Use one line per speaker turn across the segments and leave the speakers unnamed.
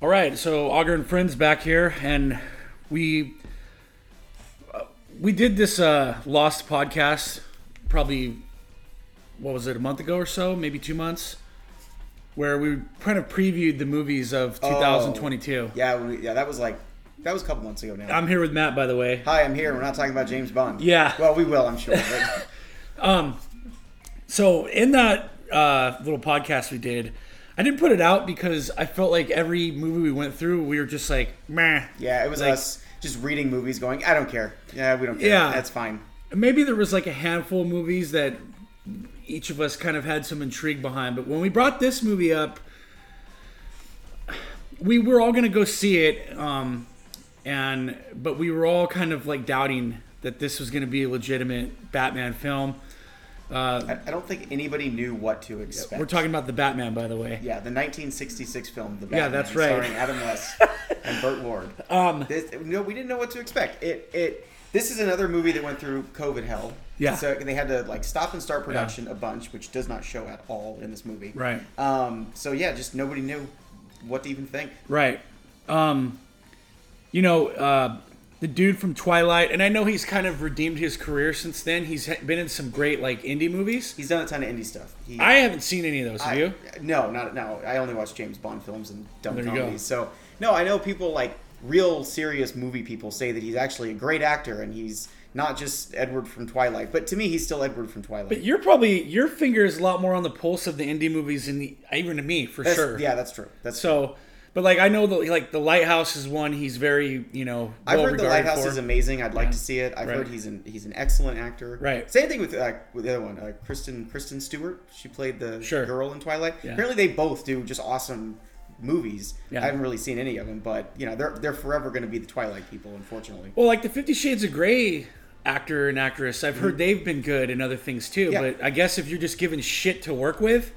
All right, so Auger and friends back here, and we uh, we did this uh, Lost podcast probably what was it a month ago or so, maybe two months, where we kind of previewed the movies of 2022.
Oh. Yeah, we, yeah, that was like that was a couple months ago now.
I'm here with Matt, by the way.
Hi, I'm here. We're not talking about James Bond.
Yeah.
Well, we will, I'm sure. But
So in that uh, little podcast we did, I didn't put it out because I felt like every movie we went through, we were just like, meh.
yeah, it was
Like-
us just reading movies, going, I don't care. Yeah, we don't care.
Yeah.
that's fine.
maybe there was like a handful of movies that each of us kind of had some intrigue behind but when we brought this movie up we were all going to go see it um, and but we were all kind of like doubting that this was going to be a legitimate batman film
I, I don't think anybody knew what to expect.
we're talking about the batman by the way
Yeah, the 1966 film, The Batman,
that's right. Um,
starring Adam West and Burt Ward. This- no, we didn't know what to expect. It, it. This is another movie that went through COVID hell.
Yeah.
So they had to like stop and start production a bunch, which does not show at all in this movie.
Right.
Um. So yeah, just nobody knew what to even think.
Right. Um, you know, uh, the dude from Twilight, and I know he's kind of redeemed his career since then. He's ha- been in some great like indie movies.
He's done a ton of indie stuff. He,
I haven't seen any of those. Have
I-
you?
No, not no. I only watch James Bond films and dumb
There you go.
comedies. So no, I know people like real serious movie people say that he's actually a great actor and he's not just Edward from Twilight. But to me, he's still Edward from Twilight.
You're probably your finger is a lot more on the pulse of the indie movies than the, even to me for
That's-
sure.
Yeah, that's true. That's true.
So, but like I know that like the Lighthouse is one he's very you know well
I've heard the
regarded
Lighthouse
for.
is amazing. I'd like to see it. I've
Right.
heard he's an he's an excellent actor.
Right.
Same thing with uh, with the other one, uh, Kristen Kristen Stewart. She played the
Sure.
girl in Twilight. Apparently, they both do just awesome movies.
Yeah.
I haven't really seen any of them, but you know they're they're forever going to be the Twilight people, unfortunately.
Well, like the Fifty Shades of Grey actor and actress, I've heard they've been good in other things too.
Mm-hmm. Yeah.
But I guess if you're just given shit to work with,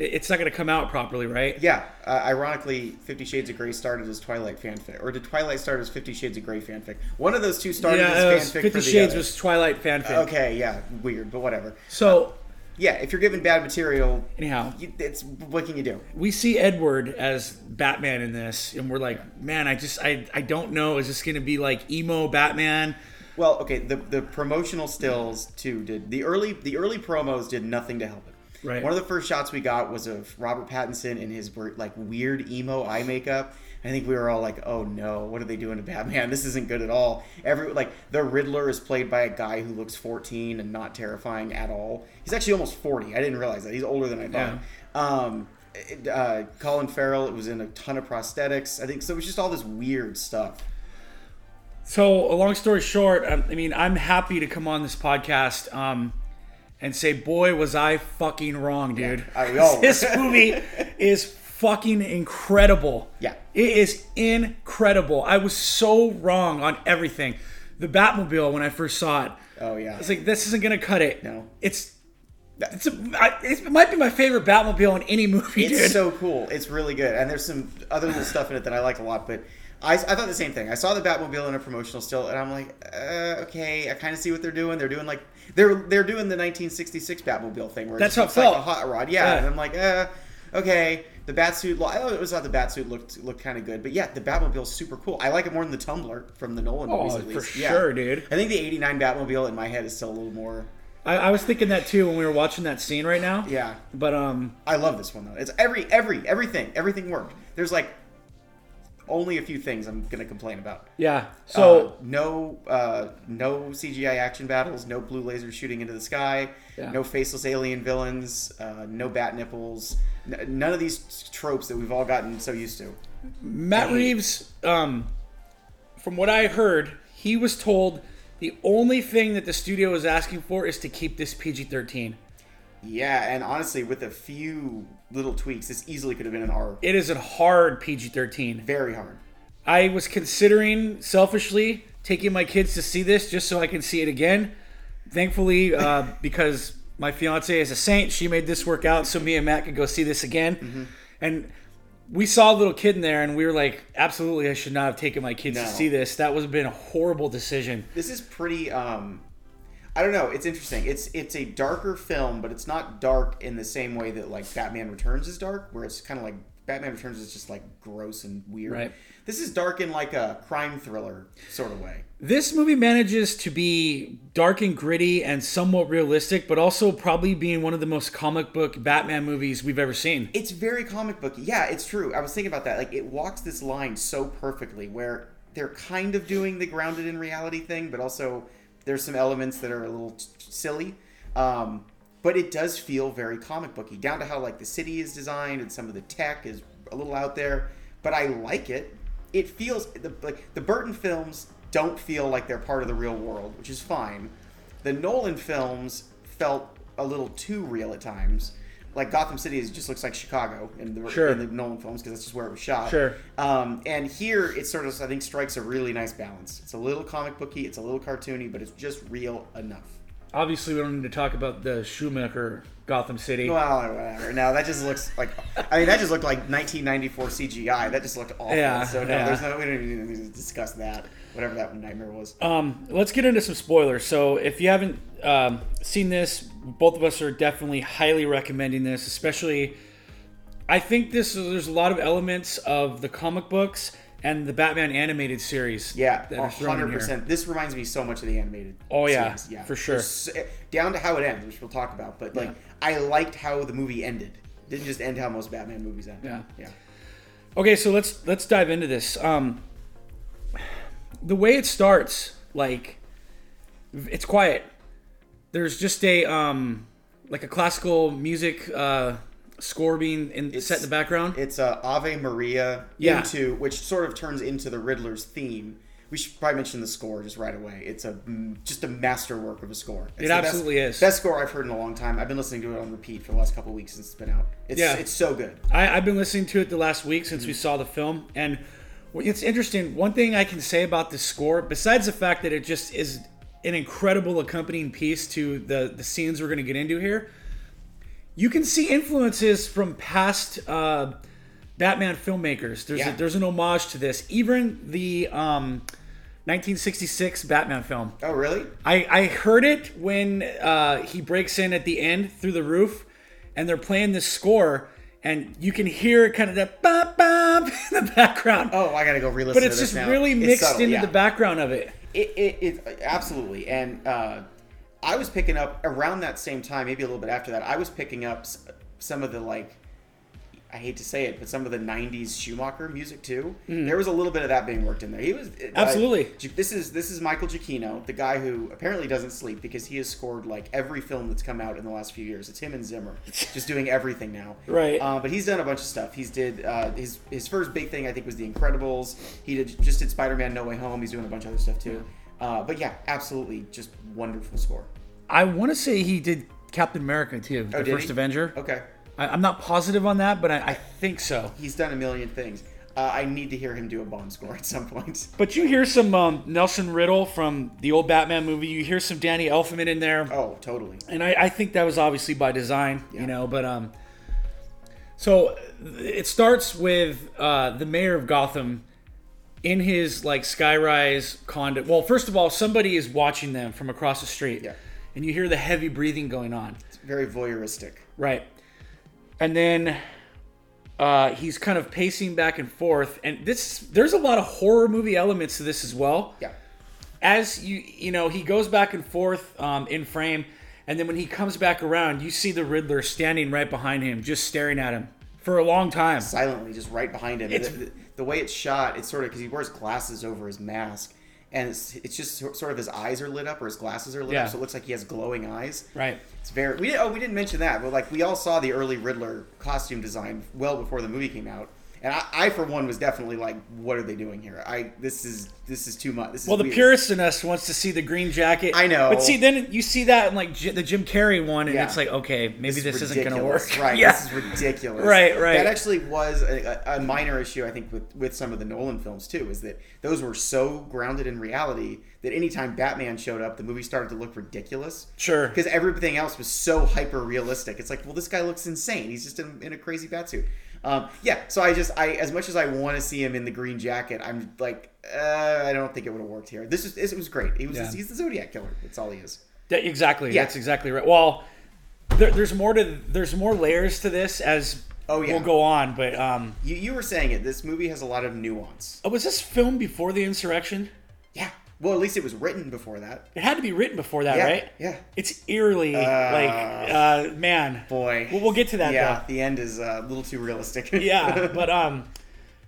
it- it's not going to come out properly, right?
Yeah, uh, ironically, Fifty Shades of Grey started as Twilight fanfic, or did Twilight start as Fifty Shades of Grey fanfic? One of those two started
Yeah, it was
as fanfic.
Fifty
for the
Shades
other.
was Twilight fanfic.
okay. Yeah, weird, but whatever.
So
Yeah, if you're given bad material,
anyhow,
you, it's what can you do?
we see Edward as Batman in this, and we're like, man, I just, I, I don't know. Is this going to be like emo Batman?
Well, okay, the the promotional stills too did the early the early promos did nothing to help it.
Right.
One of the first shots we got was of Robert Pattinson in his weir- like weird emo eye makeup. I think we were all like, "Oh no, what are they doing to Batman? This isn't good at all." Every like the Riddler is played by a guy who looks 14 and not terrifying at all. He's actually almost 40. I didn't realize that. He's older than I thought. Um it- uh, Colin Farrell, it was in a ton of prosthetics. I think so. It was just all this weird stuff.
So, a long story short, um, I, I mean, I'm happy to come on this podcast um, and say, boy, was I fucking wrong, dude.
I- we all were.
this movie is fucking incredible.
Yeah.
It is incredible. I was so wrong on everything. The Batmobile, when I first saw it,
Oh yeah.
I was like, this isn't going to cut it.
No.
It's. It's a, I, it's, it might be my favorite Batmobile in any movie,
It's
dude.
so cool. It's really good. And there's some other little stuff in it that I like a lot, but I, I thought the same thing. I saw the Batmobile in a promotional still, and I'm like, uh, okay, I kind of see what they're doing. They're doing like they're they're doing the 1966 Batmobile thing where it
That's
just looks
how it
like a
felt.
hot rod. Yeah,
Yeah.
and I'm like, uh, okay. The Batsuit, lo- I always thought the Batsuit looked looked kind of good, but yeah, the Batmobile's super cool. I like it more than the Tumbler from the Nolan movies,
Oh,
at
for
least.
sure, dude.
I think the '89 Batmobile in my head is still a little more.
I, I was thinking that too when we were watching that scene right now.
Yeah,
But um,
I love this one though. It's every every everything everything worked. There's like only a few things I'm gonna complain about.
yeah. So
Uh, no uh, no CGI action battles, no blue laser shooting into the sky,
Yeah.
no faceless alien villains, uh, no bat nipples, n- none of these tropes that we've all gotten so used to.
Matt Reeves, um, from what I heard, he was told the only thing that the studio is asking for is to keep this PG 13.
Yeah, and honestly, with a few little tweaks, this easily could have been an R.
It is a hard PG 13.
Very hard.
I was considering selfishly taking my kids to see this just so I can see it again. Thankfully, uh, because my fiance is a saint, she made this work out so me and Matt could go see this again.
Mm-hmm.
And we saw a little kid in there, and we were like, absolutely, I should not have taken my kids to
No.
see this. That would have been a horrible decision.
This is pretty. Um, I don't know. It's interesting. It's it's a darker film, but it's not dark in the same way that like Batman Returns is dark, where it's kind of like Batman Returns is just like gross and weird.
Right.
This is dark in like a crime thriller sort of way.
This movie manages to be dark and gritty and somewhat realistic, but also probably being one of the most comic book Batman movies we've ever seen.
It's very comic booky. Yeah, it's true. I was thinking about that. Like it walks this line so perfectly where they're kind of doing the grounded in reality thing, but also there's some elements that are a little t- t- silly. Um, but it does feel very comic booky, down to how like the city is designed and some of the tech is a little out there. But I like it. It feels the, like the Burton films don't feel like they're part of the real world, which is fine. The Nolan films felt a little too real at times. Like Gotham City is, just looks like Chicago in the,
Sure.
in the Nolan films because that's just where it was shot.
Sure.
Um, and here it sort of I think strikes a really nice balance. It's a little comic booky, it's a little cartoony, but it's just real enough.
Obviously, we don't need to talk about the Shoemaker Gotham City.
Well, whatever. No, that just looks like I mean that just looked like 1994 CGI. That just looked awful.
Yeah,
so no,
yeah.
there's no we don't even need to discuss that. Whatever that nightmare was.
Um, let's get into some spoilers. So, if you haven't um, seen this, both of us are definitely highly recommending this. Especially, I think this is, there's a lot of elements of the comic books and the Batman animated series.
Yeah,
that are thrown in
hundred
here.
percent. This reminds me so much of the animated.
Oh, yeah,
series.
for sure.
There's s- eh, down to how it ends, which we'll talk about. But like,
Yeah.
I liked how the movie ended. It didn't just end how most Batman movies end.
Yeah.
yeah.
Okay, so let's let's dive into this. Um, the way it starts, like, it's quiet. There's just a um, like a classical music uh, score being in, set in the background.
It's uh, Ave Maria
Yeah.
into which sort of turns into the Riddler's theme. We should probably mention the score just right away. It's a just a masterwork of a score. It's
It
the best-
absolutely is.
best score I've heard in a long time. I've been listening to it on repeat for the last couple of weeks since it's been out. It's,
Yeah.
it's so good.
I, I've been listening to it the last week since we saw the film, and wh- it's interesting. One thing I can say about this score, besides the fact that it just is an incredible accompanying piece to the the scenes we're going to get into here, you can see influences from past uh, Batman filmmakers. There's a,
Yeah.
there's an homage to this, even the um, 1966 Batman film.
Oh really?
I, I heard it when uh, he breaks in at the end through the roof, and they're playing this score, and you can hear kind of that bop bop in the background.
Oh, I gotta go re-listen.
but
to
it's
this
just
now.
really
It's
mixed
subtle,
into
yeah.
the background of it.
It, it, it absolutely, and uh, I was picking up around that same time, maybe a little bit after that. I was picking up s- some of the like, I hate to say it, but some of the '90s Schumacher music too. There was a little bit of that being worked in there. He was uh,
Absolutely.
Ju- this is this is Michael Giacchino, the guy who apparently doesn't sleep because he has scored like every film that's come out in the last few years. It's him and Zimmer, just doing everything now.
Right.
Um, but he's done a bunch of stuff. He's did uh, his his first big thing I think was The Incredibles. He did just did Spider Man No Way Home. He's doing a bunch of other stuff too. Uh, but yeah, absolutely, just wonderful score.
I want to say he did Captain America too, the
Oh, did
first
he?
Avenger.
Okay,
I, I'm not positive on that, but I, I think so.
he's done a million things. Uh, I need to hear him do a Bond score at some point.
But you hear some um, Nelson Riddle from the old Batman movie. You hear some Danny Elfman in there.
Oh, totally.
and I, I think that was obviously by design, you know. But um, so it starts with uh, the mayor of Gotham in his like skyrise condo. Well, first of all, somebody is watching them from across the street,
Yeah.
and you hear the heavy breathing going on,
It's very voyeuristic.
right? And then uh, he's kind of pacing back and forth, and this there's a lot of horror movie elements to this as well
Yeah.
as you you know he goes back and forth um, in frame and then when he comes back around you see the riddler standing right behind him just staring at him for a long time
silently just right behind him.
It's-
The, the- the way it's shot, it's sort of because he wears glasses over his mask, and it's, it's just so- sort of his eyes are lit up or his glasses are lit
Yeah.
up, so it looks like he has glowing eyes.
right
It's very. We did, oh, we didn't mention that, but like we all saw the early Riddler costume design well before the movie came out, and I, I for one was definitely like, what are they doing here? I this is this is too much. This is
well the
weird.
purist in us wants to see the green jacket
I know.
but see then you see that in like J- the jim carrey one and
Yeah.
it's like okay maybe this,
is
isn't gonna
ridiculous.
work
Right.
yeah.
This is ridiculous.
Right, right.
That actually was a, a a minor issue, I think, with, with some of the Nolan films, too, is that those were so grounded in reality that anytime Batman showed up, the movie started to look ridiculous.
Sure.
Because everything else was so hyper realistic. It's like, well, this guy looks insane. He's just in, in a crazy bat suit. Um, yeah, so I just, I as much as I want to see him in the green jacket, I'm like, uh, I don't think it would have worked here. This is, this was great. He was,
Yeah.
he's the Zodiac killer. That's all he is.
That- exactly
Yeah.
that's exactly right well there, there's more to there's more layers to this as
Oh, yeah.
we'll go on. But um,
You, you were saying it. This movie has a lot of nuance.
oh, was this filmed before the insurrection?
Yeah. Well, at least it was written before that.
It had to be written before that,
Yeah.
right?
Yeah. Uh,
It's eerily like uh, man.
Boy.
We'll, we'll get to that.
yeah.
Though.
The end is uh, a little too realistic.
yeah, but um,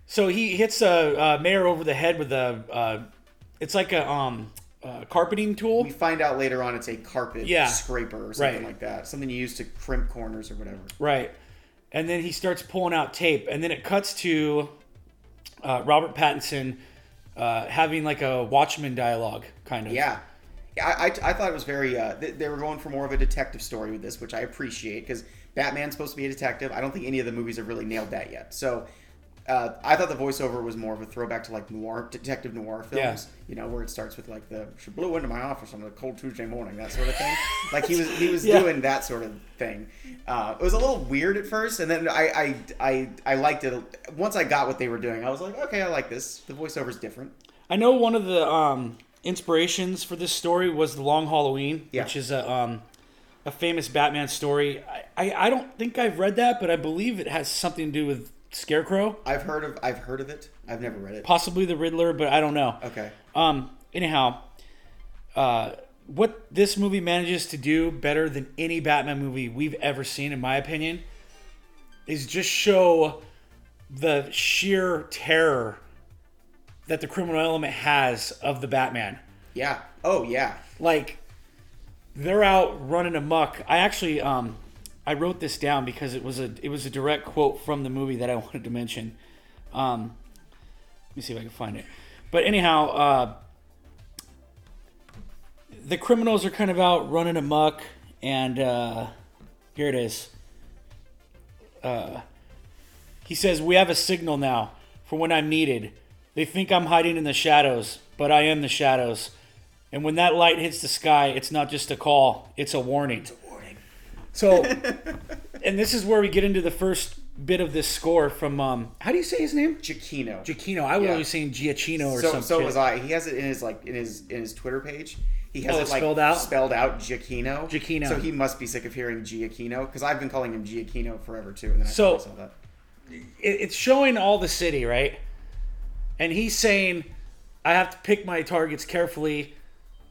so he hits a uh, mayor over the head with a, uh, it's like a um, uh, carpeting tool.
we find out later on it's a carpet
Yeah.
scraper or something
Right.
like that. Something you use to crimp corners or whatever.
Right. And then he starts pulling out tape, and then it cuts to uh, Robert Pattinson uh, having like a Watchmen dialogue, kind of.
Yeah. Yeah, I, I, I thought it was very. Uh, they, they were going for more of a detective story with this, which I appreciate because Batman's supposed to be a detective. I don't think any of the movies have really nailed that yet. So uh, I thought the voiceover was more of a throwback to like noir detective noir films. You know, where it starts with like the she blew into my office on a cold Tuesday morning, that sort of thing. like he was he was
Yeah.
doing that sort of thing. Uh, it was a little weird at first, and then I I, I I liked it once I got what they were doing. I was like, okay, I like this. The voiceover's different.
I know one of the um, inspirations for this story was The Long Halloween,
Yeah.
which is a, um, a famous Batman story. I, I, I don't think I've read that, but I believe it has something to do with Scarecrow,
I've heard of I've heard of it. I've never read it.
possibly the Riddler, but I don't know.
Okay.
Um. Anyhow, uh, what this movie manages to do better than any Batman movie we've ever seen, in my opinion, is just show the sheer terror that the criminal element has of the Batman.
Yeah. Oh yeah.
Like they're out running amok. I actually um I wrote this down because it was a it was a direct quote from the movie that I wanted to mention. Um let me see if I can find it. But anyhow, uh the criminals are kind of out running amok and uh here it is. Uh he says we have a signal now for when I'm needed. They think I'm hiding in the shadows, but I am the shadows. And when that light hits the sky, it's not just a call, it's a warning. It's a warning. So, and this is where we get into the first bit of this score from, um, how do you say his name?
Giacchino.
Giacchino. I was
Yeah.
always saying Giacchino or
so
something.
so was I. He has it in his like in his in his Twitter page. He has
Oh,
it like
spelled out?
spelled out Giacchino.
Giacchino.
So he must be sick of hearing Giacchino because I've been calling him Giacchino forever too. And then I
So-
so, saw that.
it, it's showing all the city, right? And he's saying, I have to pick my targets carefully.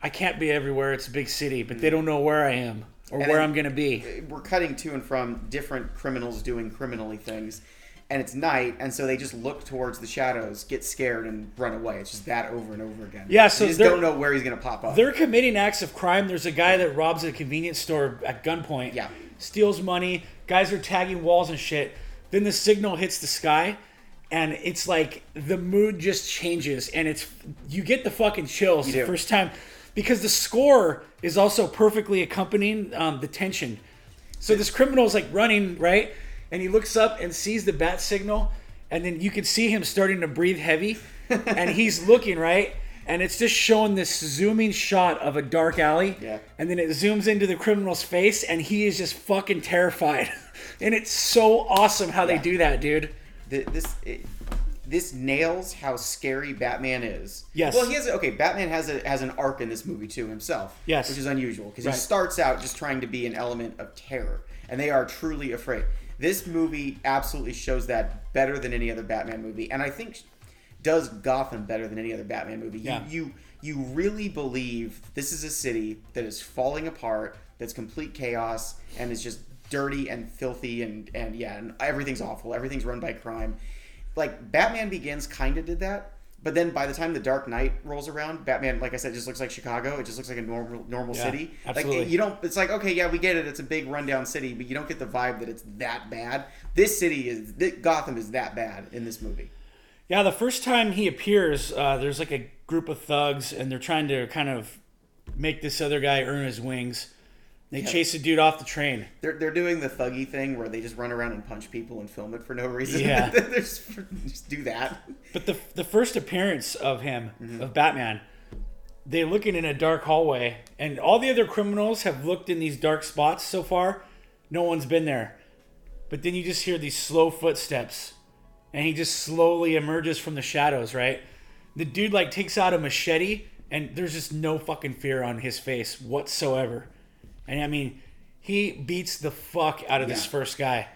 I can't be everywhere. It's a big city, but they don't know where I am or where
Hmm. then-
I'm going to be.
We're cutting to and from different criminals doing criminally things, and it's night, and so they just look towards the shadows, get scared, and run away. It's just that over and over again.
Yeah, so
you just
they're-
don't know where he's gonna pop up.
They're committing acts of crime. There's a guy that robs a convenience store at gunpoint.
Yeah.
Steals money. Guys are tagging walls and shit. Then the signal hits the sky and it's like the mood just changes and it's you get the fucking chills the
do.
first time because the score is also perfectly accompanying um, the tension. So this criminal's like running, right? And he looks up and sees the bat signal, and then you can see him starting to breathe heavy, and he's looking, right? And it's just showing this zooming shot of a dark alley.
Yeah.
And then it zooms into the criminal's face, and he is just fucking terrified. and it's so awesome how they
Yeah.
do that, dude.
Th this it, this nails how scary Batman is.
Yes.
Well, he has okay. Batman has a has an arc in this movie too himself.
Yes.
Which is unusual because
Right.
he starts out just trying to be an element of terror, and they are truly afraid. This movie absolutely shows that better than any other Batman movie, and I think does Gotham better than any other Batman movie. You,
Yeah.
you you really believe this is a city that is falling apart, that's complete chaos, and is just dirty and filthy and and yeah, and everything's awful. Everything's run by crime. Like Batman Begins kind of did that, but then by the time the Dark Knight rolls around, Batman, like I said, just looks like Chicago. It just looks like a normal normal
Yeah,
city.
absolutely.
Like you don't. It's like okay, yeah, we get it. It's a big rundown city, but you don't get the vibe that it's that bad. This city is th- Gotham is that bad in this movie.
Yeah, the first time he appears, uh, there's like a group of thugs, and they're trying to kind of make this other guy earn his wings. They chase a dude off the train.
They're, they're doing the thuggy thing where they just run around and punch people and film it for no reason.
Yeah.
They're just, just do that.
But the the first appearance of him
Mm-hmm.
of Batman, they're looking in a dark hallway, and all the other criminals have looked in these dark spots so far. No one's been there, but then you just hear these slow footsteps, and he just slowly emerges from the shadows. Right, the dude like takes out a machete, and there's just no fucking fear on his face whatsoever. And I mean, he beats the fuck out of this
Yeah.
first guy.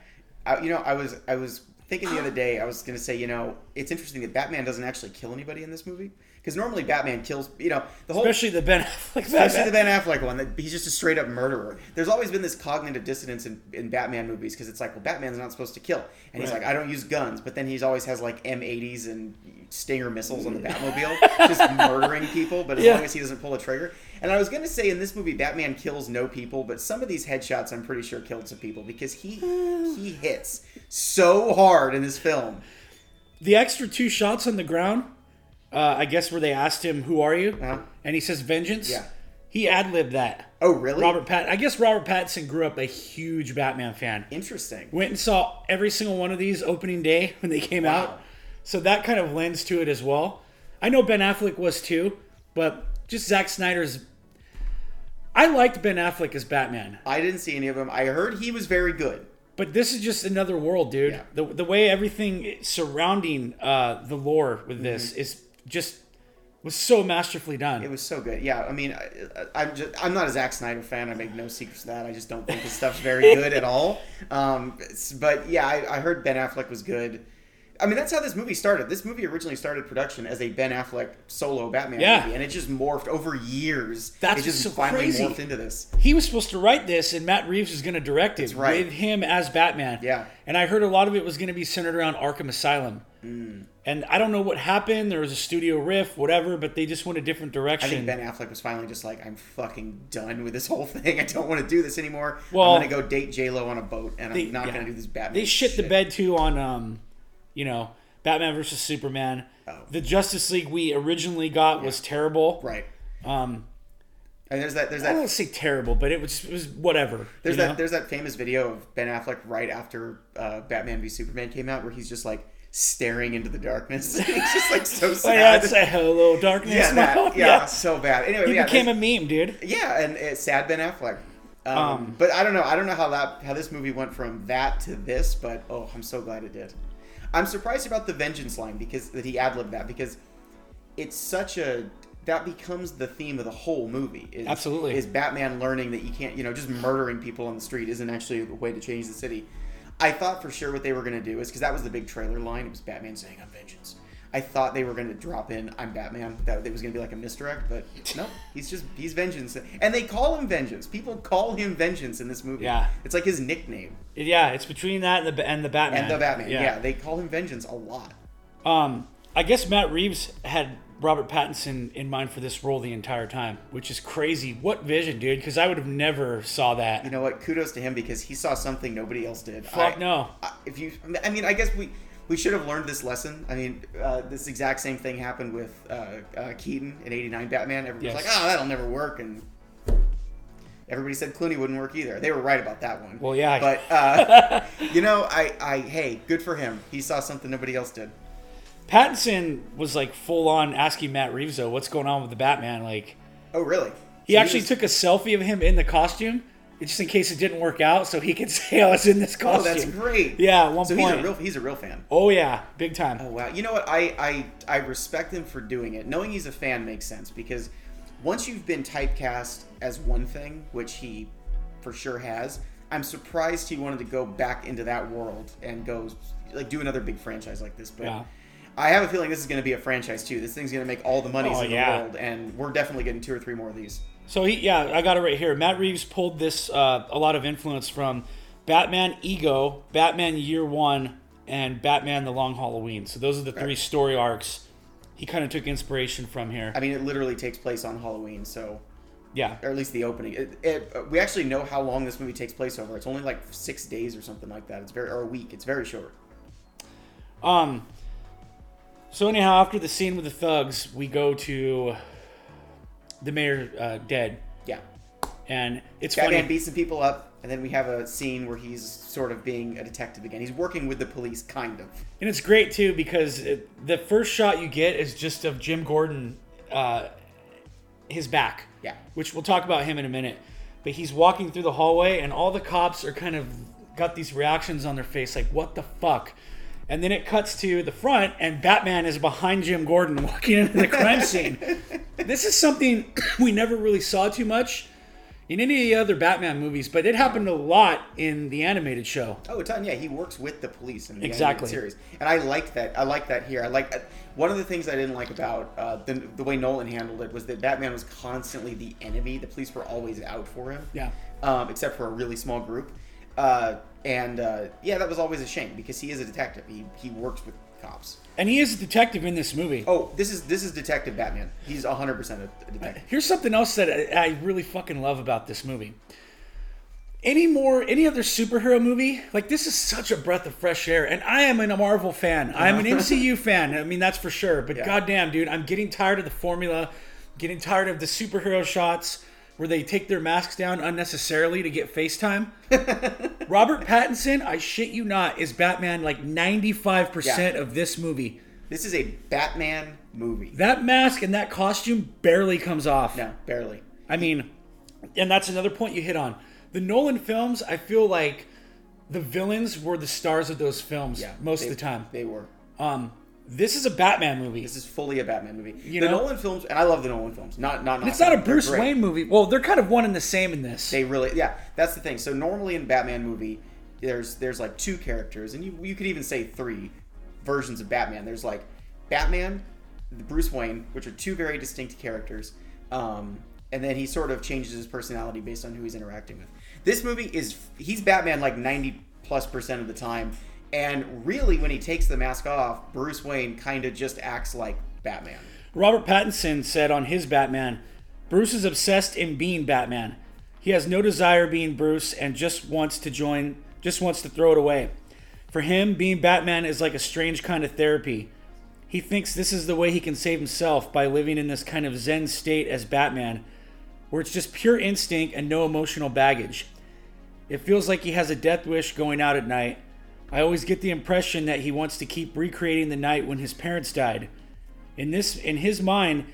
I, I, you know, I was I was thinking the other day. I was gonna say, you know, it's interesting that Batman doesn't actually kill anybody in this movie because normally Batman kills. You know, the whole
especially the Ben Affleck.
Especially the
Batman.
Ben Affleck one. That he's just a straight up murderer. There's always been this cognitive dissonance in, in Batman movies because it's like, well, Batman's not supposed to kill, and he's
Right.
like, I don't use guns, but then he's always has like M80s and Stinger missiles on the Batmobile, just murdering people. But as
Mm. Yeah.
long as he doesn't pull a trigger. And I was gonna say in this movie, Batman kills no people, but some of these headshots, I'm pretty sure, killed some people because he he hits so hard in this film.
the extra two shots on the ground, uh, I guess where they asked him, "Who are you?"
Uh-huh.
and he says, "Vengeance."
Yeah.
He ad libbed that.
Oh, really?
Robert Pat. I guess Robert Pattinson grew up a huge Batman fan.
Interesting.
Went and saw every single one of these opening day when they came out. So that kind of lends to it as well. I know Ben Affleck was too, but just Zack Snyder's. I liked Ben Affleck as Batman.
I didn't see any of them. I heard he was very good.
But this is just another world, dude.
Yeah.
The, the way everything surrounding uh, the lore with this is just was so masterfully done.
Mm-hmm. It was so good. Yeah, I mean, I, I, I'm just I'm not a Zack Snyder fan. I make no secrets of that. I just don't think his stuff's very good at all. Um, it's- but yeah, I, I heard Ben Affleck was good. I mean, that's how this movie started. This movie originally started production as a Ben Affleck solo Batman
Yeah.
movie, and it just morphed over years.
That's
it just
so
finally
crazy.
morphed into this.
he was supposed to write this, and Matt Reeves was going to direct it
right.
with him as Batman.
Yeah.
And I heard a lot of it was going to be centered around Arkham Asylum.
Mm.
And I don't know what happened. There was a studio riff, whatever, but they just went a different
I think
direction.
Ben Affleck was finally just like, I'm fucking done with this whole thing. I don't want to do this anymore.
Well-
I'm gonna go date J Lo on a boat, and
They-
I'm not
yeah.
gonna do this Batman.
they shit the bed too on, um, you know, Batman versus Superman.
Oh.
The Justice League we originally got was terrible.
Right.
Um,
And there's that. There's
I
that.
won't say terrible, but it was, it was whatever.
There's
you
that
know?
there's that famous video of Ben Affleck right after uh, Batman v Superman came out where he's just like staring into the darkness. he's just like so
Oh, yeah,
sad.
it's a hello darkness.
yeah, that-
now.
yeah, so bad. Anyway,
He
yeah,
became
this-
a meme, dude.
yeah, and it's sad Ben Affleck. Um,
Um,
but I don't know. I don't know how that how this movie went from that to this, but oh, I'm so glad it did. I'm surprised about the vengeance line because that he ad libbed that because it's such a that becomes the theme of the whole movie. Is,
Absolutely.
is Batman learning that you can't, you know, just murdering people on the street isn't actually a way to change the city. I thought for sure what they were going to do is because that was the big trailer line. It was Batman saying, "I'm vengeance." I thought they were going to drop in, "I'm Batman." That it was going to be like a misdirect, but no, he's just he's vengeance, and they call him vengeance. People call him vengeance in this movie.
Yeah.
it's like his nickname.
Yeah, it's between that and the and the Batman.
And the Batman, yeah. they call him vengeance a lot.
Um, I guess Matt Reeves had Robert Pattinson in mind for this role the entire time, which is crazy. What vision, dude? Because I would have never saw that.
You know what? Kudos to him because he saw something nobody else did.
Fuck
I-
no.
I- if you i mean i guess we we should have learned this lesson i mean uh, this exact same thing happened with uh, uh, keaton in 89 batman everybody's
Yes.
like oh that'll never work and everybody said clooney wouldn't work either they were right about that one
Well, yeah.
but uh, you know i i hey good for him he saw something nobody else did
Pattinson was like full on asking Matt Reeves though, "What's going on with the Batman?" Like
oh really
he actually
was-
took a selfie of him in the costume, just in case it didn't work out, so he could say, "I was in this
oh
costume."
that's great
Yeah, at one
so
point.
he's a real he's a real fan
oh yeah, big time.
Oh wow! You know what? I, I I respect him for doing it. Knowing he's a fan makes sense because once you've been typecast as one thing, which he for sure has, I'm surprised he wanted to go back into that world and go like do another big franchise like this. But
Yeah.
I have a feeling this is going to be a franchise too. This thing's going to make all the monies
Oh,
in
yeah.
the world, and we're definitely getting two or three more of these.
So he, yeah, I got it right here. Matt Reeves pulled this uh, a lot of influence from Batman Ego, Batman Year One, and Batman The Long Halloween. So those are the three story arcs he kind of took inspiration from here.
I mean, it literally takes place on Halloween, so
Yeah,
or at least the opening. It, it, we actually know how long this movie takes place over. It's only like six days or something like that. It's very or a week. It's very short.
Um. So anyhow, after the scene with the thugs, we go to the mayor uh, dead,
Yeah.
and it's
Batman
funny.
beats some people up, and then we have a scene where he's sort of being a detective again. He's working with the police, kind of.
And it's great too because it, the first shot you get is just of Jim Gordon, uh, his back.
Yeah.
Which we'll talk about him in a minute. But he's walking through the hallway and all the cops are kind of got these reactions on their face like, what the fuck? And then it cuts to the front and Batman is behind Jim Gordon walking into the crime scene. This is something we never really saw too much in any of the other Batman movies, but it happened a lot in the animated show.
Oh, a ton. Yeah, he works with the police in the
Exactly.
exactly. series, and I like that. I like that here. I like uh, one of the things I didn't like about uh, the the way Nolan handled it was that Batman was constantly the enemy. The police were always out for him.
Yeah.
Um, except for a really small group, uh, and uh, yeah, that was always a shame because he is a detective. He he works with cops.
And he is a detective in this movie.
Oh, this is this is Detective Batman. He's hundred percent a detective.
Here's something else that I, I really fucking love about this movie. Any more, any other superhero movie, like this is such a breath of fresh air. And I am a Marvel fan. I'm an MCU fan. I mean, that's for sure. But goddamn, dude, I'm getting tired of the formula, getting tired of the superhero shots where they take their masks down unnecessarily to get FaceTime. Robert Pattinson, I shit you not, is Batman like 95%
Yeah.
of this movie.
This is a Batman movie.
That mask and that costume barely comes off.
no, barely.
I mean, and that's another point you hit on. The Nolan films, I feel like the villains were the stars of those films
Yeah,
most
they-
of the time.
they were.
Um, this is a Batman movie.
This is fully a Batman movie.
You
the
know?
Nolan films, and I love the Nolan films. Not not.
it's not a
them. They're
Bruce
great.
Wayne movie. Well, they're kind of one and the same in this.
They really, yeah. That's the thing. So normally in Batman movie, there's there's like two characters, and you you could even say three versions of Batman. There's like Batman, the Bruce Wayne, which are two very distinct characters, um, and then he sort of changes his personality based on who he's interacting with. This movie is he's Batman like ninety plus percent of the time, and really when he takes the mask off, Bruce Wayne kind of just acts like Batman.
Robert Pattinson said on his Batman, Bruce is obsessed in being Batman. He has no desire being Bruce and just wants to join, just wants to throw it away. For him, being Batman is like a strange kind of therapy. He thinks this is the way he can save himself by living in this kind of Zen state as Batman, where it's just pure instinct and no emotional baggage. It feels like he has a death wish going out at night. I always get the impression that he wants to keep recreating the night when his parents died. In this in his mind,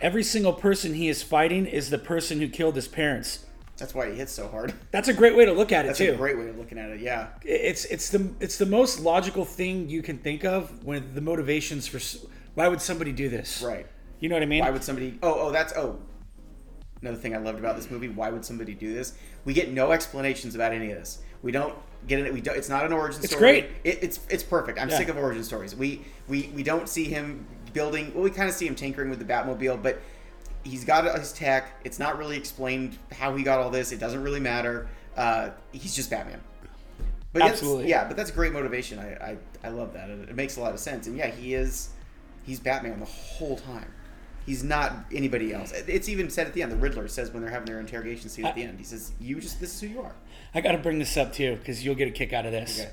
every single person he is fighting is the person who killed his parents.
That's why he hits so hard.
That's a great way to look at it
That's
too.
a great way of looking at it. Yeah.
it's it's the it's the most logical thing you can think of when the motivations for s- why would somebody do this?
Right.
You know what I mean?
Why would somebody? Oh, oh, that's oh. Another thing I loved about this movie: Why would somebody do this? We get no explanations about any of this. We don't get it. We don't. It's not an origin story.
great.
It, it's it's perfect. I'm sick of origin stories. We we we don't see him building. Well, we kind of see him tinkering with the Batmobile, but he's got his tech. It's not really explained how he got all this. It doesn't really matter. Uh, he's just Batman. But that's-
Absolutely.
yeah, but that's great motivation. I, I I love that. It, it makes a lot of sense. And yeah, he is he's Batman the whole time. He's not anybody else. It- It's even said at the end. The Riddler says when they're having their interrogation scene at the end, he says, "You just this is who you are."
I got to bring this up too because you'll get a kick out of this.
Okay.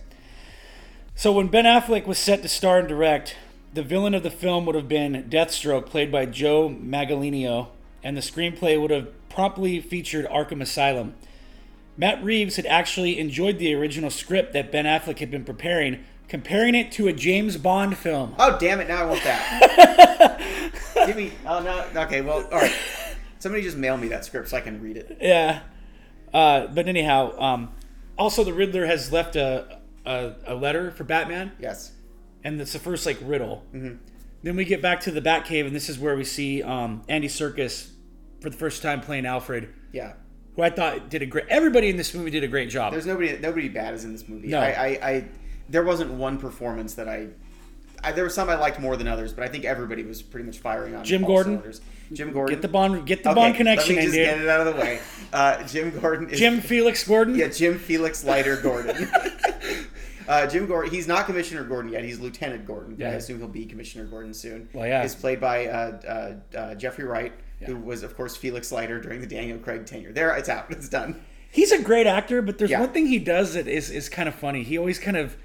So when Ben Affleck was set to star and direct, the villain of the film would have been Deathstroke, played by Joe Manganiello, and the screenplay would have promptly featured Arkham Asylum. Matt Reeves had actually enjoyed the original script that Ben Affleck had been preparing, comparing it to a James Bond film.
Oh damn it! Now I want that. Give me. Oh no. Okay. Well, all right. Somebody just mail me that script so I can read it.
Yeah. Uh, but anyhow, um, also the Riddler has left a, a, a letter for Batman.
Yes.
and it's the first like riddle.
Mm-hmm.
Then we get back to the Batcave, and this is where we see um, Andy Circus for the first time playing Alfred,
Yeah.
who I thought did a great. Everybody in this movie did a great job.
There's nobody. Nobody bad is in this movie.
No.
I, I, I. There wasn't one performance that I. I, there were some I liked more than others, but I think everybody was pretty much firing on
Jim
all
Gordon?
cylinders. Jim Gordon.
get the Bond, get the
Okay,
Bond connection
Let
in,
me just
dude.
get it out of the way. Uh, Jim Gordon is
Jim Felix Gordon.
Yeah, Jim Felix Leiter Gordon. uh, Jim Gordon. He's not Commissioner Gordon yet. He's Lieutenant Gordon. but I
Yeah.
assume he'll be Commissioner Gordon soon.
Well, yeah.
He's played by uh, uh, uh, Jeffrey Wright, who was, of course, Felix Leiter during the Daniel Craig tenure. There, it's out. It's done.
He's a great actor, but there's
Yeah.
one thing he does that is is kind of funny. He always kind of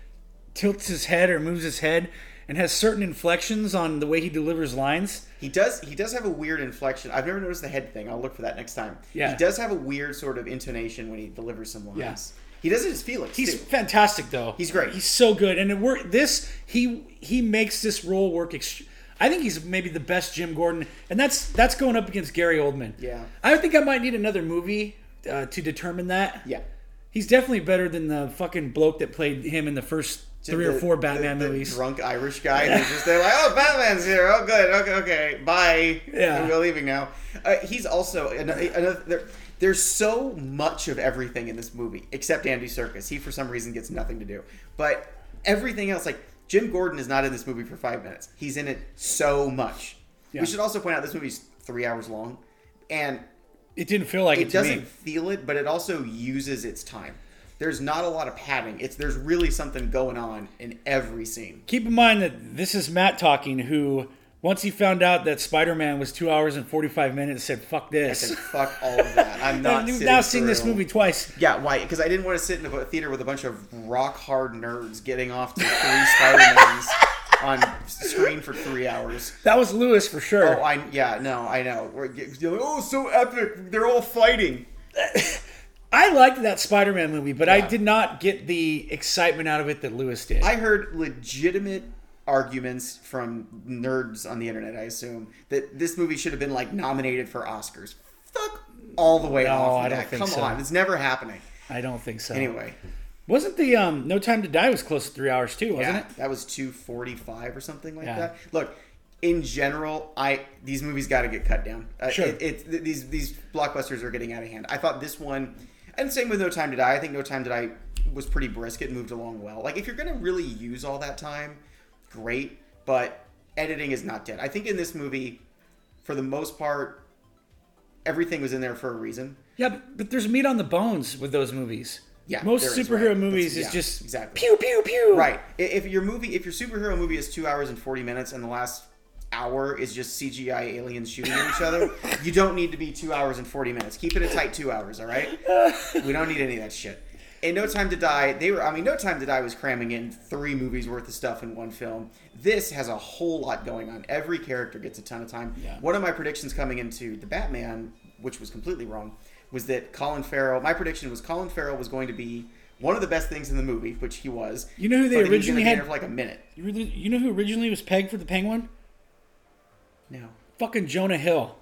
tilts his head or moves his head, and has certain inflections on the way he delivers lines.
He does. He does have a weird inflection. I've never noticed the head thing. I'll look for that next time.
Yeah.
He does have a weird sort of intonation when he delivers some lines.
Yeah.
He does it as Felix.
He's
too.
fantastic, though.
He's great.
He's so good, and it work. This he he makes this role work. Ext- I think he's maybe the best Jim Gordon, and that's that's going up against Gary Oldman.
Yeah.
I think I might need another movie uh, to determine that.
yeah.
he's definitely better than the fucking bloke that played him in the first three
The-
or four
the-
Batman
the
movies.
Drunk Irish guy who's just there like, oh, Batman's here. Oh, good. Okay, okay. Bye.
Yeah.
We're leaving now. Uh, he's also another. another there, There's so much of everything in this movie, except Andy Circus. He for some reason gets nothing to do. But everything else, like Jim Gordon, is not in this movie for five minutes. He's in it so much.
Yeah.
We should also point out this movie's three hours long, and
It didn't feel like it,
it
to me.
doesn't feel it, but it also uses its time. There's not a lot of padding. It's there's really something going on in every scene.
Keep in mind that this is Matt talking, who once he found out that Spider Man was two hours and forty five minutes, said "fuck
I
this."
said, fuck all of that. I'm not.
And You've
sitting
now seen this
through-
movie twice.
Yeah, why? Because I didn't want to sit in a theater with a bunch of rock hard nerds getting off to three Spider Mans on screen for three hours.
That was Lewis for sure.
Oh, I yeah, no, I know. We're, get- you're like, oh, so epic! They're all fighting.
I liked that Spider Man movie, but I
Yeah.
did not get the excitement out of it that Lewis did.
I heard legitimate arguments from nerds on the internet. I assume that this movie should have been like nominated for Oscars. Fuck all the way off.
I
with
don't
that.
think
Come
so.
on, it's never happening.
I don't think so.
Anyway,
wasn't the um, No Time to Die was close to three hours too, wasn't it?
Yeah, That was 245 or something like
Yeah.
that. Look, in general, I these movies got to get cut down. Uh,
Sure.
it, it, th- these these blockbusters are getting out of hand. I thought this one, and same with No Time to Die. I think No Time to Die was pretty brisk. It moved along well. Like if you're gonna really use all that time, great. But editing is not dead. I think in this movie, for the most part, everything was in there for a reason.
Yeah, but, but there's meat on the bones with those movies.
Yeah,
most
there is,
superhero
right.
movies
That's-
is
yeah,
just
exactly.
pew pew pew.
Right. I- If your movie, if your superhero movie is two hours and forty minutes, and the last hour is just CGI aliens shooting at each other, you don't need to be two hours and forty minutes. Keep it a tight two hours. All right. We don't need any of that shit. In No Time to Die, they were. I mean, No Time to Die was cramming in three movies worth of stuff in one film. This has a whole lot going on. Every character gets a ton of time.
Yeah.
One of my predictions coming into the Batman, which was completely wrong, was that Colin Farrell. My prediction was Colin Farrell was going to be one of the best things in the movie, which he was.
You know who they
But he was gonna
originally
be
had-
there for like a minute.
You really- you know who originally was pegged for the Penguin?
No.
Fucking Jonah Hill.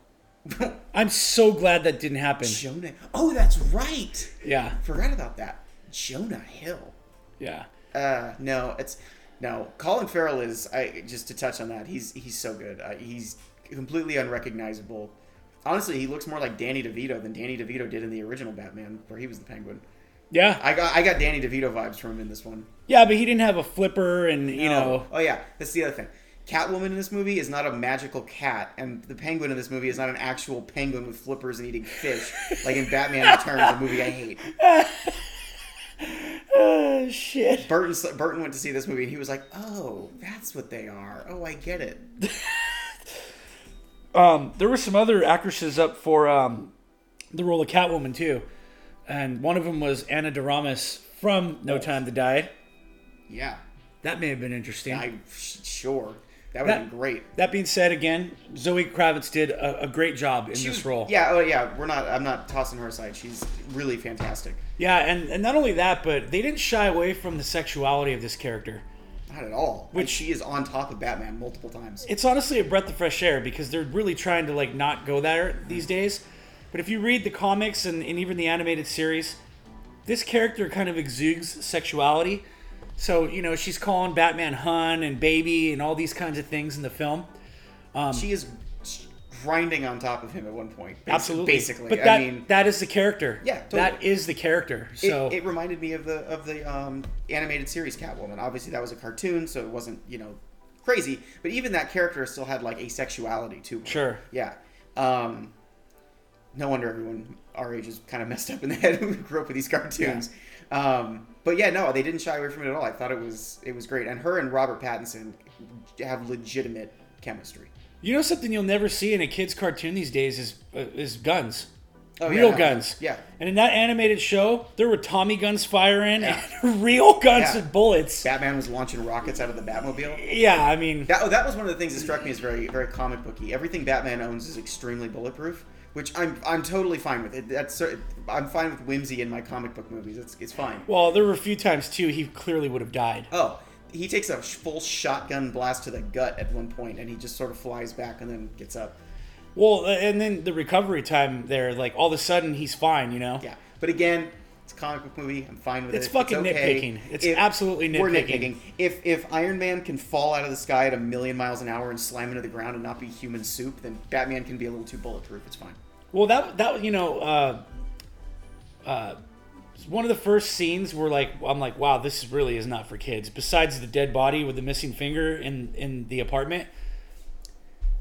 I'm so glad that didn't happen.
Jonah. Oh, that's right.
Yeah,
Forgot about that. Jonah Hill.
yeah.
Uh, no, it's no. Colin Farrell is. I just to touch on that. He's he's so good. Uh, he's completely unrecognizable. Honestly, he looks more like Danny DeVito than Danny DeVito did in the original Batman, where he was the Penguin.
Yeah,
I got I got Danny DeVito vibes from him in this one.
yeah, but he didn't have a flipper, and you know,
Oh yeah, that's the other thing. Catwoman in this movie is not a magical cat, and the penguin in this movie is not an actual penguin with flippers and eating fish, like in Batman Returns, a movie I hate.
oh shit.
Burton s- Burton went to see this movie and he was like, "Oh, that's what they are. Oh, I get it."
Um, there were some other actresses up for um, the role of Catwoman too, and one of them was Anna De Armas from No Time to Die.
Yeah,
That may have been interesting.
I sh- sure that would have
That-
been great.
that being said, again, Zoe Kravitz did a, a great job in this role.
Yeah, oh yeah, we're not. I'm not tossing her aside. She's really fantastic.
yeah, and, and not only that, but they didn't shy away from the sexuality of this character.
Not at all. Which
Which-
she is on top of Batman multiple times.
it's honestly a breath of fresh air because they're really trying to like not go there these days. But if you read the comics and, and even the animated series, this character kind of exudes sexuality. So you know she's calling Batman hun and baby and all these kinds of things in the film. Um,
she is grinding on top of him at one point. basi-
Absolutely,
Basically,
But
I
that
mean,
that is the character.
Yeah, totally.
that is the character.
it,
So
it reminded me of the of the um, animated series Catwoman. Obviously, that was a cartoon, so it wasn't you know crazy. But even that character still had like asexuality to her.
Sure.
Yeah. Um, no wonder everyone our age is kind of messed up in the head who grew up with these cartoons. Um, but yeah, no, they didn't shy away from it at all. I thought it was it was great, and her and Robert Pattinson have legitimate chemistry.
you know something you'll never see in a kids cartoon these days is uh, is guns.
Oh, yeah,
real
no.
guns.
Yeah.
And in that animated show, there were Tommy guns firing and real guns
Yeah.
and bullets.
Batman was launching rockets out of the Batmobile.
Yeah, I mean,
That, oh, that was one of the things that struck me as very, very comic booky. Everything Batman owns is extremely bulletproof, which I'm, I'm totally fine with. It, that's, cer- I'm fine with whimsy in my comic book movies. It's, it's fine.
well, there were a few times too he clearly would have died.
Oh, he takes a sh- full shotgun blast to the gut at one point, and he just sort of flies back and then gets up.
Well, uh, and then the recovery time there, like all of a sudden he's fine, you know?
Yeah, but again, it's a comic book movie. I'm fine with
It's
it.
fucking
okay.
nitpicking. It's absolutely
We're
nitpicking.
nitpicking. If if Iron Man can fall out of the sky at a million miles an hour and slam into the ground and not be human soup, then Batman can be a little too bulletproof. It's fine.
Well, that that you know, uh, It's one of the first scenes where like I'm like, wow, this really is not for kids. Besides the dead body with the missing finger in in the apartment,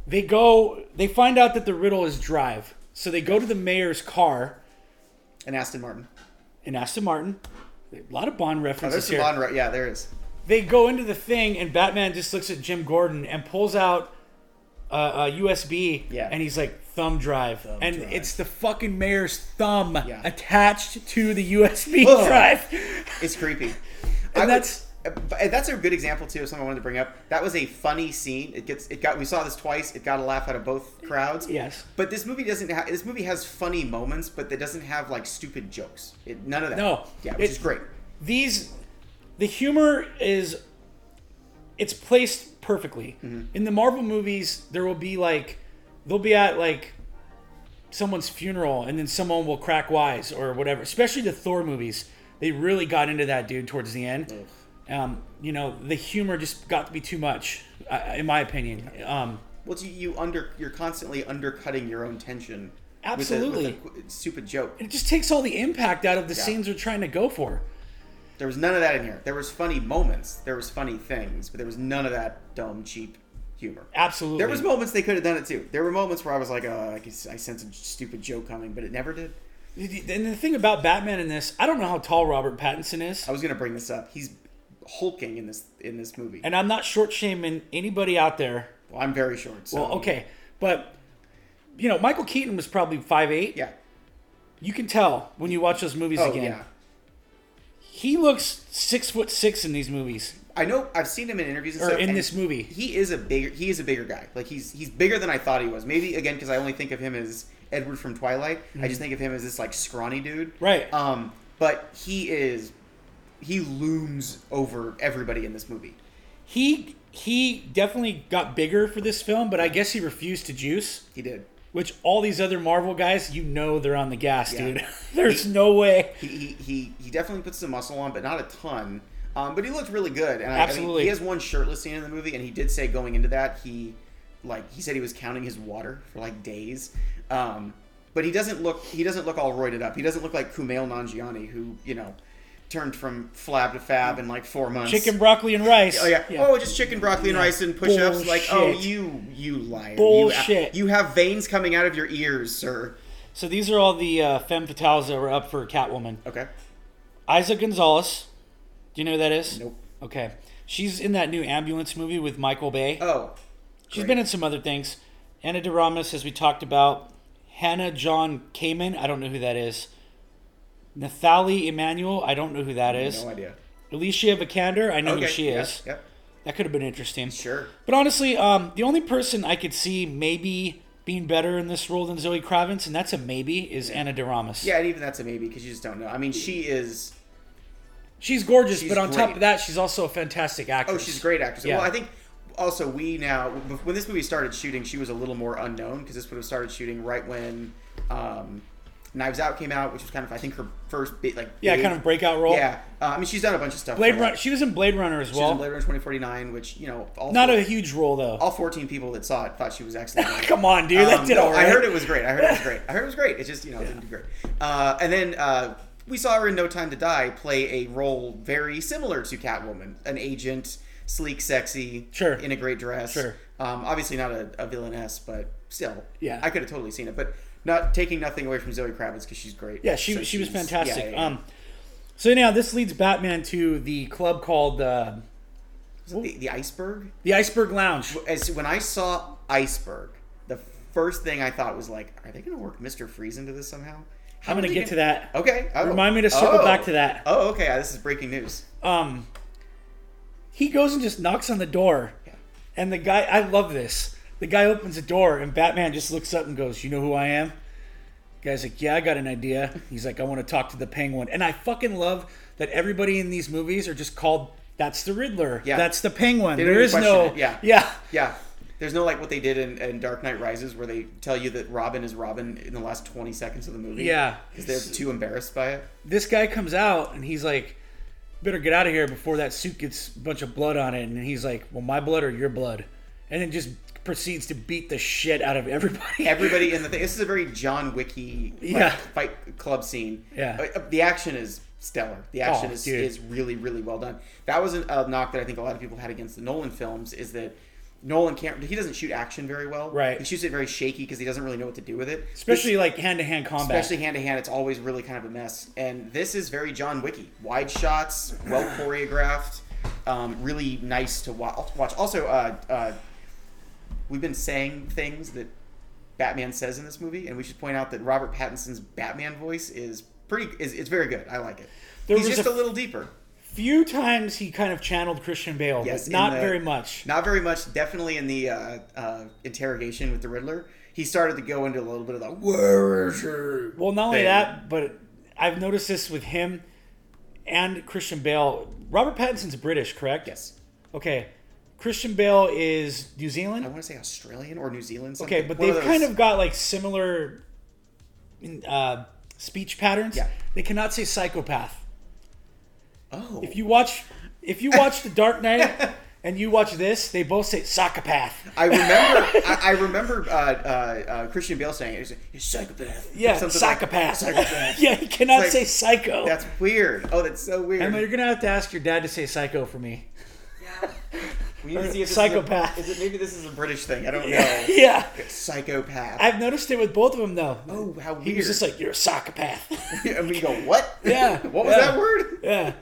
they go. They find out that the riddle is drive, so they go to the mayor's car
And Aston Martin.
in Aston Martin. A lot of Bond
Oh,
references
there's
here.
Savon, right? Yeah, there is.
They go into the thing, and Batman just looks at Jim Gordon and pulls out uh, a, a USB,
Yeah.
and he's like, "Thumb drive," and
drive.
it's the fucking mayor's thumb
Yeah.
attached to the USB
Ugh.
drive.
It's creepy.
And
would-
that's-
uh, but that's a good example too of something I wanted to bring up. That was a funny scene. It gets it got we saw this twice. It got a laugh out of both crowds.
Yes.
But this movie doesn't have this movie has funny moments, but that doesn't have like stupid jokes. It, none of that.
No.
Yeah, which
It-
is great.
these the humor is it's placed perfectly
Mm-hmm.
in the marvel movies there will be like they'll be at like someone's funeral and then someone will crack wise or whatever especially the thor movies they really got into that dude towards the end um, you know the humor just got to be too much uh, in my opinion um,
Well, you, you under you're constantly undercutting your own tension.
Absolutely.
With a, with a stupid joke.
it just takes all the impact out of the scenes they're trying to go for
There was none of that in here. There was funny moments. There was funny things, but there was none of that dumb, cheap humor.
absolutely
There was moments they could have done it too. There were moments where I was like, oh, I, can, I sense a stupid joke coming, but it never did.
and the thing about batman in this i don't know how tall robert pattinson is
I was gonna bring this up. He's hulking in this in this movie.
and I'm not short shaming anybody out there.
well, I'm very short. So,
Well, okay, but you know, Michael Keaton was probably five eight.
Yeah.
You can tell when you watch those movies
Oh
again.
yeah.
He looks six foot six in these movies.
I know. I've seen him in interviews and
Or
stuff,
in
and
this movie.
He is a bigger. He is a bigger guy. Like he's he's bigger than I thought he was. Maybe again because I only think of him as Edward from Twilight. I just think of him as this like scrawny dude.
Mm-hmm. Right.
Um. But he is. He looms over everybody in this movie.
He he definitely got bigger for this film, but I guess he refused to juice.
He did.
Which all these other Marvel guys, you know, they're on the gas,
Yeah.
dude. There's no way.
He, he, he, he definitely puts some muscle on, but not a ton. Um, but he looked really good. And I,
Absolutely.
I mean, he has one shirtless scene in the movie, and he did say going into that he, like he said he was counting his water for like days. Um, but he doesn't look he doesn't look all roided up. He doesn't look like Kumail Nanjiani, who you know turned from flab to fab in like four months.
Chicken, broccoli, and rice.
Oh yeah. Oh, just chicken, broccoli, and rice and push-ups. Like, oh,
Bullshit.
you, you liar. You-
Bullshit.
You, have veins coming out of your ears, sir.
So these are all the uh, femme fatales that were up for Catwoman.
Okay.
Isa Gonzalez. Do you know who that is?
Nope.
Okay. She's in that new ambulance movie with Michael Bay.
Oh,
She's
great.
been in some other things. Anna de Armas, as we talked about. Hannah John Kamen. I don't know who that is. Nathalie Emanuel. I don't know who that is.
no idea.
Alicia Vikander. I know who she
yeah,
is.
Yep.
That could have been interesting.
Sure.
But honestly, um, the only person I could see maybe being better in this role than Zoe Kravitz, and that's a maybe, is Anna de Armas.
Yeah, and even that's a maybe because you just don't know. I mean, she is.
She's gorgeous,
She's
but on top
great.
of that, she's also a fantastic actress.
Oh, she's a great actress.
Yeah.
Well, I think also we now when this movie started shooting, she was a little more unknown because this would have started shooting right when um, Knives Out came out, which was kind of I think her first bit like
Yeah,
big-
kind of breakout role.
yeah. Uh, I mean, she's done a bunch of stuff.
Blade
for
Runner.
that.
She was in Blade Runner as
She was
well.
in Blade Runner twenty forty nine, which you know all
Not
four-
a huge role though.
all fourteen people that saw it thought she was excellent.
Come on, dude. That
Um,
did
no,
all right.
I heard it was great. I heard it was great. I heard it was great. It's just you know it didn't do great. Uh, and then uh, we saw her in No Time to Die play a role very similar to Catwoman, an agent, sleek, sexy,
Sure.
in a great dress.
Sure.
Um, obviously not a, a villainess, but still,
Yeah.
I could have totally seen it. But not taking nothing away from Zoe Kravitz because she's great.
Yeah, she
So
she was
she's-
fantastic.
yeah, yeah, yeah.
Um, so anyhow, this leads Batman to the club called uh,
Was it the, the iceberg.
the Iceberg Lounge.
as when I saw iceberg, the first thing I thought was like, are they going to work Mister Freeze into this somehow? How
I'm
are
gonna
they
get to that.
Okay. oh.
Remind me to circle
Oh.
back to that.
Oh, okay. Uh, This is breaking news.
Um, he goes and just knocks on the door, and the guy. I love this. The guy opens the door, and Batman just looks up and goes, "You know who I am?" Guy's like, "Yeah, I got an idea." He's like, "I want to talk to the Penguin," and I fucking love that everybody in these movies are just called. That's the Riddler.
Yeah.
That's the Penguin.
don't
There is
even question
no.
it. Yeah.
Yeah.
Yeah. There's no like what they did in, in Dark Knight Rises where they tell you that Robin is Robin in the last 20 seconds of the movie.
Yeah.
Because they're too embarrassed by it.
this guy comes out and he's like, "Better get out of here before that suit gets a bunch of blood on it." And he's like, "Well, my blood or your blood?" And then just proceeds to beat the shit out of everybody.
Everybody in the thing. This is a very John Wicky like,
Yeah.
fight club scene.
Yeah.
Uh, uh, the action is stellar. The action
Oh,
is
dude.
is really really well done. That was an- a knock that I think a lot of people had against the Nolan films is that. Nolan can't. He doesn't shoot action very well.
Right.
He shoots it very shaky because he doesn't really know what to do with it.
especially like hand to hand combat.
especially hand to hand, it's always really kind of a mess. And this is very John Wicky. Wide shots, well choreographed, um, really nice to wa- to watch. Also, uh, uh, we've been saying things that Batman says in this movie, and we should point out that Robert Pattinson's Batman voice is pretty. Is, it's very good. I like it.
There
He's
was
just
a-
a, little deeper.
few times he kind of channeled Christian Bale,
Yes,
but
in
not
the-
very much.
Not very much. Definitely in the uh, uh, interrogation with the Riddler, he started to go into a little bit of the where is your
Well, not only
thing.
that, but I've noticed this with him and Christian Bale. Robert Pattinson's British, correct?
Yes.
Okay. Christian Bale is New
I
Zealand.
want to say Australian or New Zealand. Something.
Okay, but
One
they've kind
those.
of got like similar in, uh, speech patterns.
Yeah.
They cannot say psychopath.
Oh,
If you watch, if you watch The Dark Knight and you watch this, they both say psychopath.
I remember. I, I remember uh, uh, uh, Christian Bale saying, "He's a- he's a psychopath." or
Yeah,
something like-
psychopath.
psychopath.
yeah, he cannot
It's
say
like-
psycho.
That's weird. Oh, that's so weird.
Emma, you're gonna have to ask your dad to say psycho for me.
we need to see if this
psychopath.
Is, a, is it maybe this is a British thing? I don't know.
yeah.
Psychopath.
I've noticed it with both of them though.
oh, how weird.
he was just like, "You're a psychopath."
and we go, what?
Yeah,
what was
yeah.
that word?
yeah,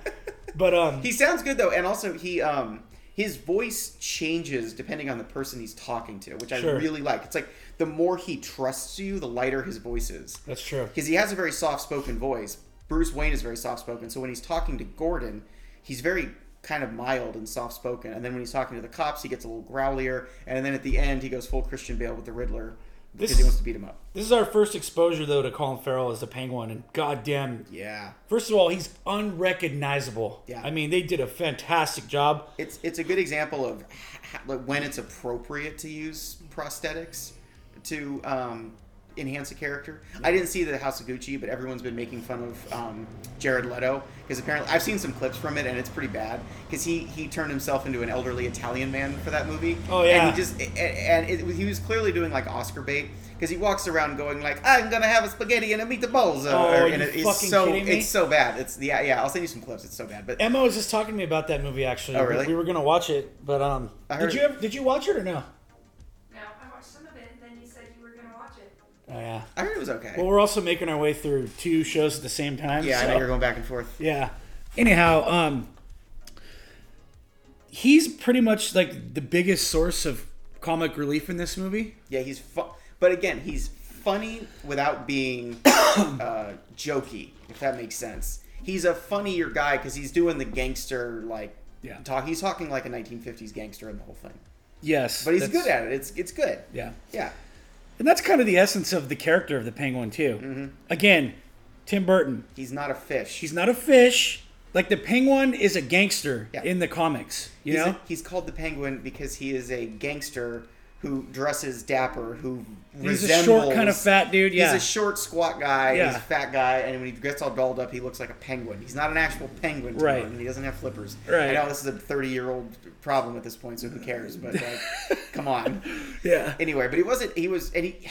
but um,
He sounds good though, and also he um his voice changes depending on the person he's talking to, which
Sure.
I really like. It's like the more he trusts you, the lighter his voice is.
that's true.
because he has a very soft spoken voice. Bruce Wayne is very soft spoken, so when he's talking to Gordon, he's very kind of mild and soft spoken. And then when he's talking to the cops, he gets a little growlier. And then at the end, he goes full Christian Bale with the Riddler because
This-
he wants to beat him up.
This is our first exposure though to Colin Farrell as the Penguin, and goddamn,
Yeah,
first of all, he's unrecognizable.
Yeah.
I mean, they did a fantastic job.
it's it's a good example of h- like when it's appropriate to use prosthetics to um, enhance a character. I didn't see the House of Gucci, but everyone's been making fun of um, Jared Leto because apparently I've seen some clips from it and it's pretty bad because he he turned himself into an elderly Italian man for that movie.
Oh, yeah.
and he just a- a- and it, he was clearly doing like Oscar bait. Because he walks around going like, "I'm gonna have a spaghetti and a meatballs," uh,
Oh,
and
you
it- it's
fucking
so
kidding me?
it's so bad. It's yeah, yeah. I'll send you some clips. It's so bad, but
Emma was just talking to me about that movie actually.
Oh, really?
We were gonna watch it, but um,
I
did
heard-
you ever, did you watch it or no?
No, I watched some of it, and then you said you were gonna watch it.
Oh yeah.
I heard it was okay.
Well, we're also making our way through two shows at the same time.
Yeah,
so.
I know you're going back and forth.
Yeah. Anyhow, um he's pretty much like the biggest source of comic relief in this movie.
Yeah, he's fu- but again, he's funny without being uh, jokey, if that makes sense. He's a funnier guy because he's doing the gangster like
Yeah.
talk. He's talking like a 1950s gangster in the whole thing,
Yes.
but he's
that's-
good at it. It's it's good.
Yeah.
Yeah,
And that's kind of the essence of the character of the penguin too.
Mm-hmm.
Again, Tim Burton.
he's not a fish.
He's not a fish. Like the penguin is a gangster
Yeah.
in the comics, you
he's,
know?
he's called the Penguin because he is a gangster who dresses dapper, who
He's
resembles
a short kind of fat dude, yeah.
He's a short, squat guy.
Yeah.
He's a fat guy, and when he gets all dolled up, he looks like a penguin. He's not an actual penguin, to
Right.
him, and he doesn't have flippers.
Right.
I know this is a thirty-year-old problem at this point, so who cares? But like, come on.
yeah.
Anyway, but he wasn't. He was, and he.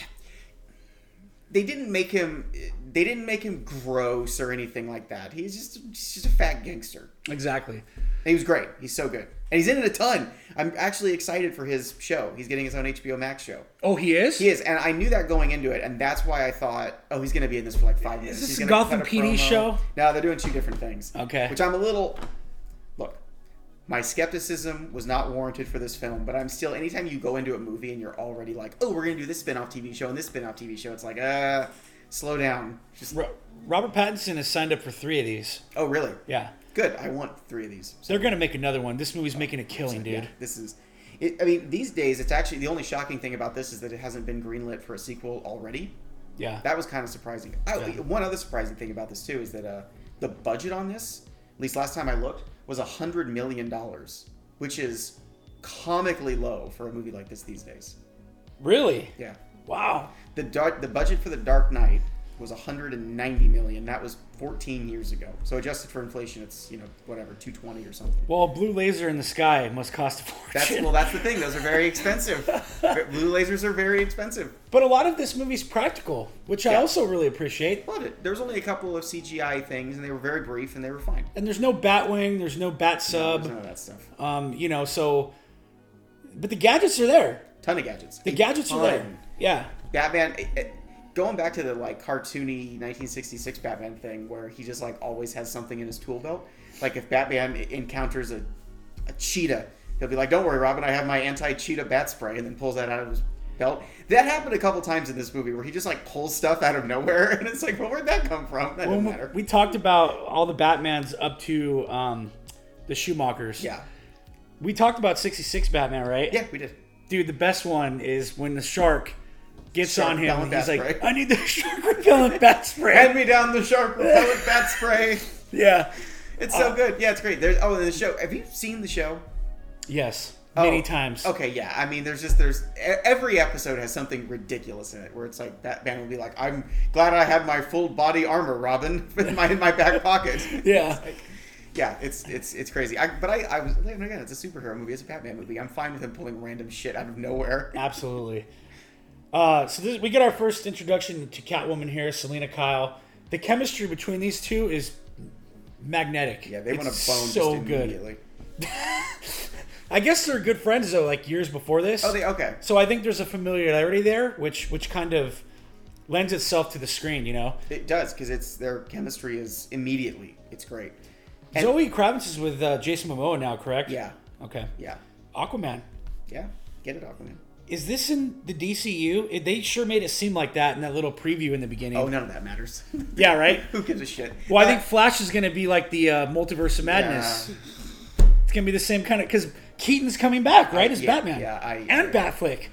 They didn't make him. They didn't make him gross or anything like that. He's just, he's just a fat gangster.
Exactly.
And he was great. He's so good, and he's in it a ton. I'm actually excited for his show. He's getting his own HBO Max show.
Oh, he is?
He is, and I knew that going into it, and that's why I thought, oh, he's going to be in this for like five minutes.
this
He's
a
gonna
Gotham
cut a
PD
promo.
show?
No, they're doing two different things.
Okay.
Which I'm a little. Look, my skepticism was not warranted for this film, but I'm still. Anytime you go into a movie and you're already like, oh, we're going to do this spin off TV show and this spin off TV show, it's like, uh, slow down. Just
Ro- Robert Pattinson has signed up for 3 of these.
oh, really?
Yeah.
Good. I want three of these.
They're going to make another one. This movie's making a killing, dude.
Yeah, this is. It, I mean, these days, it's actually the only shocking thing about this is that it hasn't been greenlit for a sequel already.
Yeah.
That was kind of surprising. I,
Yeah.
One other surprising thing about this too is that uh, the budget on this, at least last time I looked, was a hundred million dollars, which is comically low for a movie like this these days.
Really?
Yeah,
Wow.
the dark the budget for the Dark Knight was 190 million. That was 14 years ago. So adjusted for inflation, it's you know whatever 220 or something.
Well, a blue laser in the sky must cost a fortune.
That's well, that's the thing. Those are very expensive. Blue lasers are very expensive.
but a lot of this movie's practical, which I
Yeah.
also really appreciate.
But it, there's only a couple of CGI things, and they were very brief, and they were fine.
And there's no Batwing, there's no Bat
There's
Sub,
none of that stuff.
um, you know. So, but the gadgets are there.
Ton of gadgets.
The gadgets are there. Yeah,
Batman. It, it- going back to the like cartoony 1966 Batman thing, where he just like always has something in his tool belt. Like if Batman e- encounters a, a cheetah, he'll be like, "Don't worry, Robin, I have my anti-cheetah bat spray," and then pulls that out of his belt. That happened a couple times in this movie, where he just like pulls stuff out of nowhere, and it's like, "Well, where'd that come from?" That doesn't
when we,
matter.
we talked about all the Batmans up to um, the Schumachers.
yeah,
we talked about '66 Batman, right?
yeah, we did.
dude, the best one is when the shark gets
Shark
on him. And
repellent
he's
bat
like,
spray.
"I need the shark repellent bat
Hand
spray."
me down the shark repellent bat spray.
yeah.
It's
Uh,
so good. Yeah, it's great. There's oh, and the show. Have you seen the show?
Yes.
Oh,
Many times.
Okay, yeah. I mean, there's just there's e- every episode has something ridiculous in it where it's like Batman will be like, "I'm glad I had my full body armor, Robin, in my in my back pocket."
Yeah.
yeah, it's it's it's crazy. I, but I I was and again, it's a superhero movie. It's a Batman movie. I'm fine with him pulling random shit out of nowhere.
Absolutely. Uh, so this, we get our first introduction to Catwoman here, Selena Kyle. The chemistry between these two is magnetic.
Yeah, they
It's
want to bone
so
just
good.
immediately.
I guess they're good friends though, like years before this.
Oh, they okay.
so I think there's a familiarity there, which which kind of lends itself to the screen. You know,
It does because it's their chemistry is immediately. It's great. And-
Zoe Kravitz is with uh, Jason Momoa now, correct?
Yeah,
Okay.
yeah,
Aquaman.
yeah. Get it, Aquaman.
Is this in the DCU? It- They sure made it seem like that in that little preview in the beginning.
Oh, none of that matters.
Yeah, right?
Who gives a shit?
Well, I
Uh,
think Flash is going to be like the uh, multiverse of madness.
Yeah.
It's going to be the same kind of because Keaton's coming back, right? As
yeah,
Batman.
yeah, I-
and Batflick.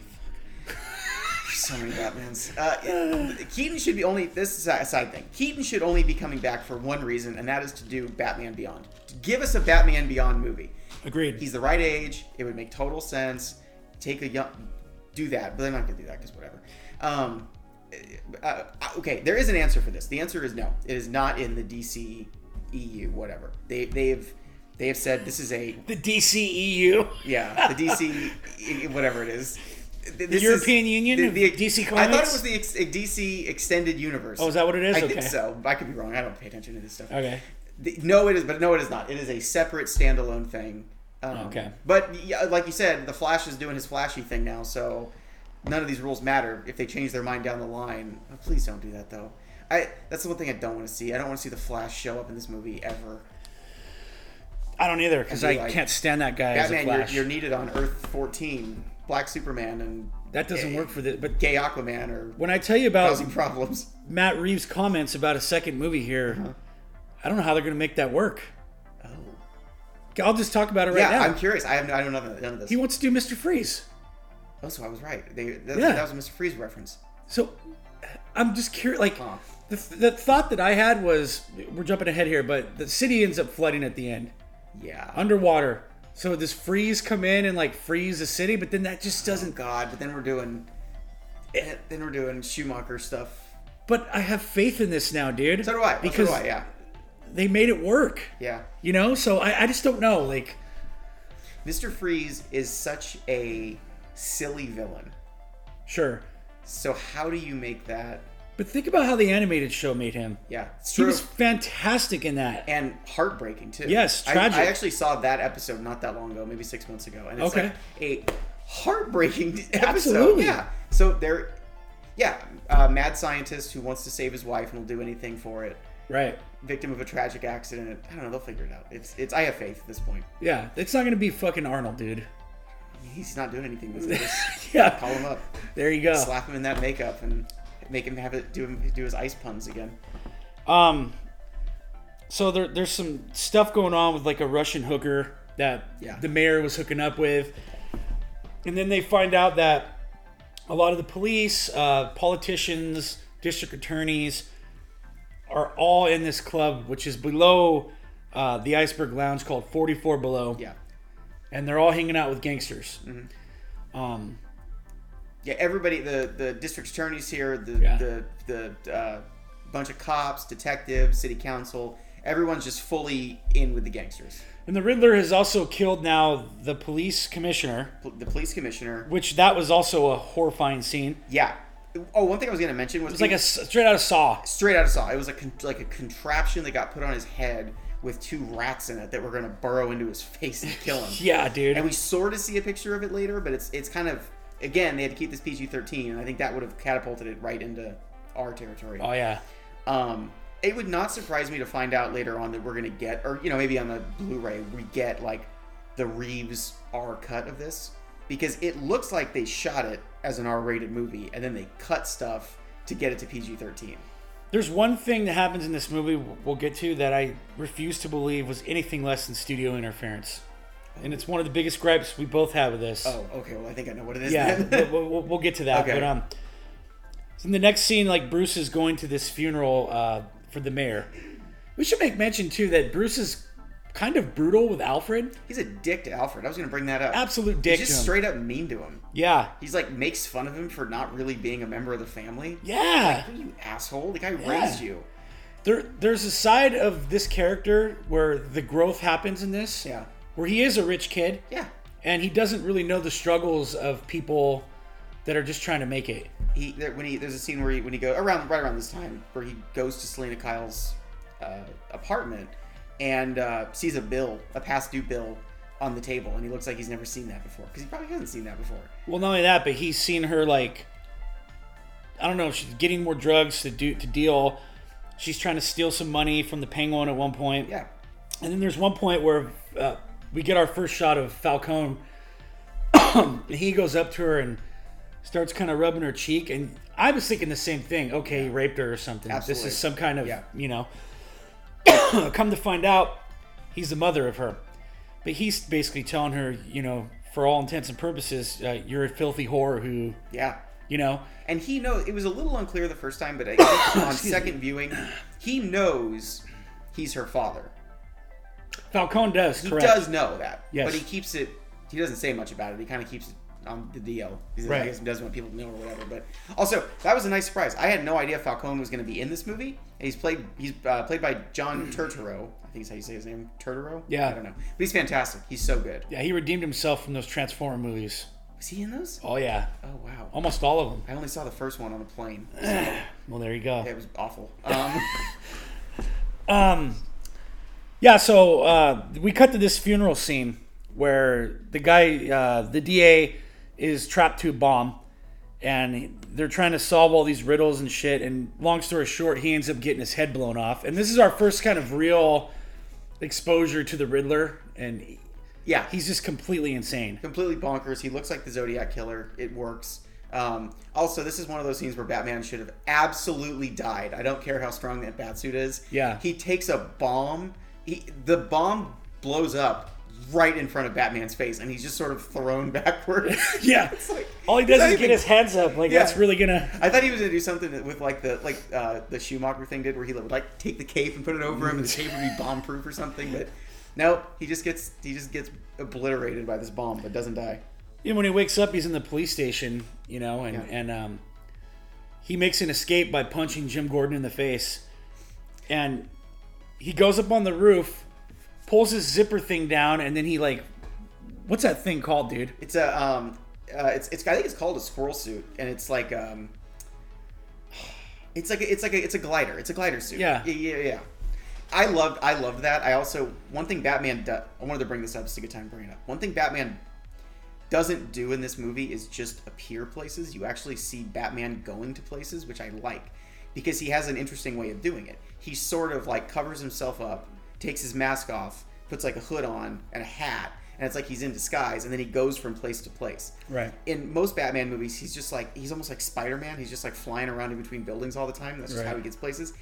So many Batmans. Uh, Keaton should be only this is a side thing. Keaton should only be coming back for one reason, and that is to do Batman Beyond. To give us a Batman Beyond movie.
Agreed.
He's the right age. It would make total sense. Take a young, do that, but they're not gonna do that because whatever. Um, uh, okay, there is an answer for this. The answer is no. It is not in the DC EU. Whatever they they've they have said this is a
the E DCEU.
yeah, the DC, i- i- whatever it is. Th- this
European Union of DC
I thought
Comics?
it was the ex- DC Extended Universe.
Oh, is that what it is?
I
Okay.
think so. I could be wrong. I don't pay attention to this stuff.
Okay.
The- no, it is, but no, it is not. It is a separate standalone thing. Um,
Okay.
But yeah, like you said, the Flash is doing his flashy thing now, so none of these rules matter. If they change their mind down the line, Oh, please don't do that though. I that's the one thing I don't want to see. I don't want to see the Flash show up in this movie ever.
I don't either because
I'd
I
be like,
can't stand that guy as a
Batman, you're,
Flash.
you're needed on Earth 14, Black Superman, and
that doesn't
gay-
work for the. But
Gay Aquaman are
when I tell you about
causing problems.
Matt Reeves' comments about a second movie here,
Uh-huh.
I don't know how they're going to make that work.
Oh,
I'll just talk about it right
yeah.
now.
I'm curious. I have no, I don't know none of this.
he wants to do Mr. Freeze.
oh, so I was right. They, that,
Yeah.
that was a Mr. Freeze reference.
So I'm just curious. Like,
Huh.
the, the thought that I had was we're jumping ahead here, but the city ends up flooding at the end
Yeah.
underwater. So does freeze come in and like freeze the city? But then that just
Oh,
doesn't.
God, but then we're doing, eh, then we're doing Schumacher stuff.
But I have faith in this now, dude.
So do I.
Because
so do I. Yeah.
they made it work.
Yeah.
You know. So I, I just don't know. Like,
Mr. Freeze is such a silly villain.
sure.
So how do you make that?
But think about how the animated show made him.
Yeah, it's
He
true.
was fantastic in that.
and heartbreaking too.
Yes,
I-
tragic.
I, actually saw that episode not that long ago, maybe six months ago, and it's
Okay.
like a heartbreaking episode.
Absolutely.
Yeah. So there, yeah, uh, mad scientist who wants to save his wife and will do anything for it.
Right.
Victim of a tragic accident. I don't know. They'll figure it out. It's it's. I have faith at this point.
Yeah. It's not gonna be fucking Arnold, dude.
He's not doing anything. This just
Yeah.
call him up,
There you go.
slap him in that makeup, and make him have it do him do his ice puns again.
Um, so there, there's some stuff going on with like a Russian hooker that
Yeah.
the mayor was hooking up with, and then they find out that a lot of the police, uh, politicians, district attorneys are all in this club, which is below uh, the Iceberg Lounge called 44 Below,
Yeah.
and they're all hanging out with gangsters.
Mm-hmm.
Um,
Yeah, everybody. The the district attorneys here, the
Yeah.
the the uh, bunch of cops, detectives, city council. Everyone's just fully in with the gangsters.
And the Riddler has also killed now the police commissioner,
Pol- The police commissioner.
which that was also a horrifying scene.
Yeah. Oh, one thing I was gonna mention was,
It's like a s- straight out of Saw.
straight out of Saw. It was a con- like a contraption that got put on his head with two rats in it that were gonna burrow into his face and kill him.
Yeah, dude.
And we sort of see a picture of it later, but it's it's kind of again they had to keep this PG-13, and I think that would have catapulted it right into our territory.
oh yeah.
Um, it would not surprise me to find out later on that we're gonna get, or you know, maybe on the Blu-ray we get like the Reeves R cut of this because it looks like they shot it as an R-rated movie and then they cut stuff to get it to PG-13.
There's one thing that happens in this movie we'll get to that I refuse to believe was anything less than studio interference, and it's one of the biggest gripes we both have with this.
Oh, okay. Well, I think I know what it is.
yeah,
then.
we'll, we'll, we'll get to that.
Okay.
But um, so in the next scene, like Bruce is going to this funeral uh, for the mayor. We should make mention too that Bruce is kind of brutal with Alfred.
He's a dick to Alfred. I was gonna bring that up.
Absolute dick
He's
to
just
him.
straight up mean to him.
Yeah,
He's like makes fun of him for not really being a member of the family.
yeah.
You asshole! The guy raised you.
There, there's a side of this character where the growth happens in this.
Yeah.
Where he is a rich kid.
Yeah.
and he doesn't really know the struggles of people that are just trying to make it.
he there, when he there's a scene where he when he go around right around this time where he goes to Selena Kyle's uh, apartment and uh, sees a bill, a past due bill, on the table, and he looks like he's never seen that before because he probably hasn't seen that before.
Well, not only that, but he's seen her like I don't know, she's getting more drugs to do to deal. She's trying to steal some money from the penguin at one point.
Yeah,
And then there's one point where uh, we get our first shot of Falcone. and he goes up to her and starts kind of rubbing her cheek. And I was thinking the same thing. Okay, he raped her or something.
Absolutely.
This is some kind of,
Yeah.
you know. Come to find out, he's the mother of her. But he's basically telling her, you know, for all intents and purposes, uh, you're a filthy whore who,
yeah.
you know.
And he knows it was a little unclear the first time, but I think on second viewing, he knows he's her father.
Falcone does,
He
correct.
does know that,
Yes.
but he keeps it. He doesn't say much about it. He kind of keeps it on the DL. He
Right.
right. doesn't want people to know or whatever. But also, that was a nice surprise. I had no idea Falcone was going to be in this movie. And he's played. He's uh, played by John Turturro. I think is how you say his name. Turturro.
Yeah.
I don't know. But he's fantastic. He's so good.
Yeah, he redeemed himself from those Transformer movies.
Was he in those?
Oh, yeah.
Oh wow.
Almost all of them.
I only saw the first one on the plane.
Well, there you go.
It was awful. Um,
Um, yeah, so uh, we cut to this funeral scene where the guy, uh, the DA, is trapped to a bomb and they're trying to solve all these riddles and shit. And long story short, he ends up getting his head blown off. And this is our first kind of real exposure to the Riddler. And
yeah.
he's just completely insane.
completely bonkers. He looks like the Zodiac killer. It works. Um, also, this is one of those scenes where Batman should have absolutely died. I don't care how strong that batsuit is.
Yeah.
he takes a bomb. He the bomb blows up right in front of Batman's face, and he's just sort of thrown backwards.
Yeah.
It's like-
All he
it's
does
not
is
even-
get his hands up. Like,
Yeah.
that's really gonna.
I thought he was gonna do something with like the like uh, the Schumacher thing did, where he would like take the cape and put it over him, and the cape would be bomb proof or something. But no, he just gets he just gets obliterated by this bomb, but doesn't die.
you know, when he wakes up, he's in the police station, you know, and,
Yeah.
and um, he makes an escape by punching Jim Gordon in the face. And he goes up on the roof, pulls his zipper thing down, and then he, like, what's that thing called, dude?
It's a um, uh, it's it's I think it's called a squirrel suit, and it's like um, it's like a, it's like a, it's a glider. It's a glider suit.
Yeah.
yeah, yeah. yeah. I loved I loved that. I also one thing Batman does. I wanted to bring this up. It's a good time bringing it up. One thing Batman doesn't do in this movie is just appear places. You actually see Batman going to places, which I like because he has an interesting way of doing it. He sort of like covers himself up, takes his mask off, puts like a hood on and a hat, and it's like he's in disguise, and then he goes from place to place.
Right.
In most Batman movies, he's just like he's almost like Spider Man. He's just like flying around in between buildings all the time. That's just
Right.
how he gets places.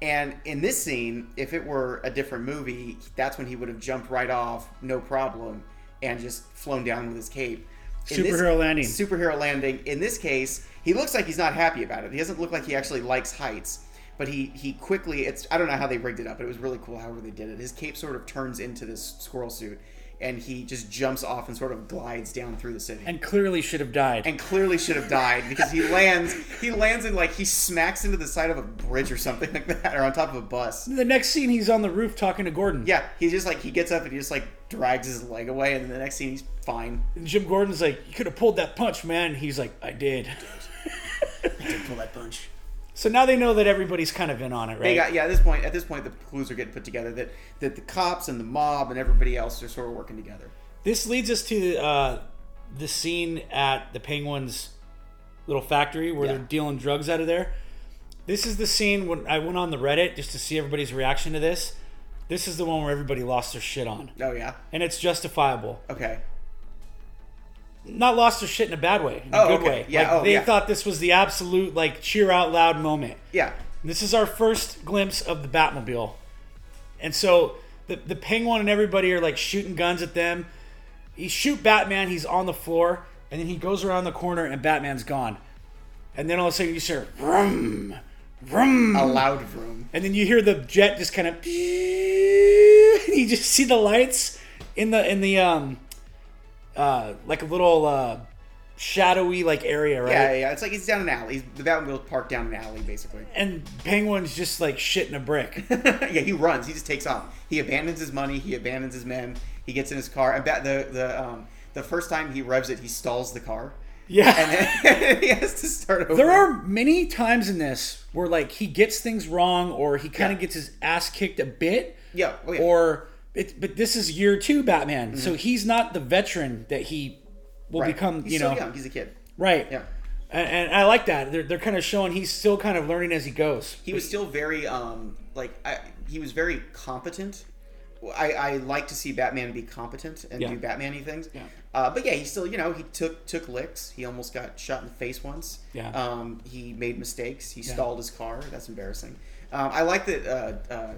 And in this scene, if it were a different movie, that's when he would have jumped right off, no problem, and just flown down with his cape. In this-
Superhero landing.
Superhero landing. In this case, he looks like he's not happy about it. He doesn't look like he actually likes heights. But he he quickly it's I don't know how they rigged it up, but it was really cool however they did it. His cape sort of turns into this squirrel suit, and he just jumps off and sort of glides down through the city.
and clearly should have died.
and clearly should have died because he lands he lands in like he smacks into the side of a bridge or something like that or on top of a bus
the next scene, he's on the roof talking to Gordon.
yeah he just like he gets up and he just like drags his leg away and then the next scene he's fine
And Jim Gordon's like, "You could have pulled that punch, man." He's like, "I did."
pull that punch
so now they know that everybody's kind of in on it, right?
they got yeah at this point at this point the clues are getting put together that that the cops and the mob and everybody else are sort of working together
this leads us to uh, the scene at the Penguins' little factory where
Yeah.
they're dealing drugs out of there. This is the scene when I went on the Reddit just to see everybody's reaction to this. This is the one where everybody lost their shit on,
oh yeah
and it's justifiable.
okay
Not lost their shit in a bad way, in a
Oh,
good
okay.
way.
Yeah,
like,
oh,
they
yeah.
thought this was the absolute like cheer out loud moment.
yeah
This is our first glimpse of the Batmobile. And so the, the penguin and everybody are like shooting guns at them. He shoot Batman, he's on the floor, and then he goes around the corner and Batman's gone. And then all of a sudden you hear vroom, vroom,
a loud room
and then you hear the jet just kind of you just see the lights in the in the um uh like a little uh shadowy like area, right?
yeah yeah it's like he's down an alley he's, the batmobile's parked down an alley basically
And Penguin's just like shitting a brick.
yeah, he runs. He just takes off. He abandons his money. He abandons his men. He gets in his car. I bet the the um, the first time he revs it, he stalls the car,
Yeah.
and then he has to start over.
There are many times in this where like he gets things wrong or he kind of
Yeah.
gets his ass kicked a bit.
yeah, oh, yeah. Mm-hmm.
Or it, but this is year two Batman, so he's not the veteran that he will
Right.
become.
He's
you
so
know,
young. He's a kid.
right?
Yeah.
And, and I like that. They're, they're kind of showing he's still kind of learning as he goes.
He was still very um like I, he was very competent. I, I like to see Batman be competent and
Yeah.
do Batman-y things.
Yeah.
Uh, but yeah, he still you know he took took licks. He almost got shot in the face once.
Yeah.
Um, he made mistakes. He stalled his car. That's embarrassing. Um, I like that. Uh, uh,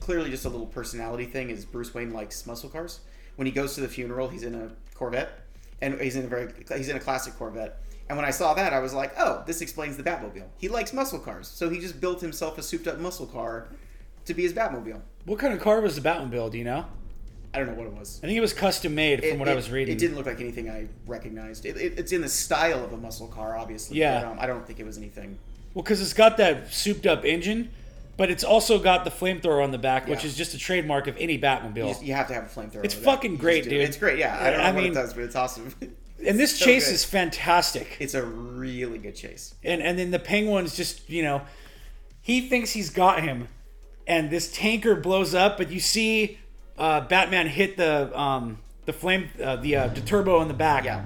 clearly, just a little personality thing is Bruce Wayne likes muscle cars. When he goes to the funeral, he's in a Corvette, and he's in a very he's in a classic Corvette. And when I saw that, I was like, oh, this explains the Batmobile. He likes muscle cars, so he just built himself a souped-up muscle car to be his Batmobile.
What kind of car was the Batmobile? Do you know?
I don't know what it was.
I think it was custom made from
It-
what I
it-
was reading.
It didn't look like anything I recognized. It, it, it's in the style of a muscle car, obviously.
Yeah.
But, um, I don't think it was anything.
Well, because it's got that souped up engine, but it's also got the flamethrower on the back, which
Yeah.
is just a trademark of any Batmobile.
You, just- you have to have a flamethrower.
It's
with that.
fucking
You just
great,
do.
dude.
It's great. Yeah. I don't know
I
what
mean-
it does, but it's awesome.
and this
so
chase
good.
is fantastic.
it's a really good chase.
and and then the penguins just you know he thinks he's got him and this tanker blows up but you see uh, batman hit the um the flame uh, the uh, the turbo in the back
Yeah.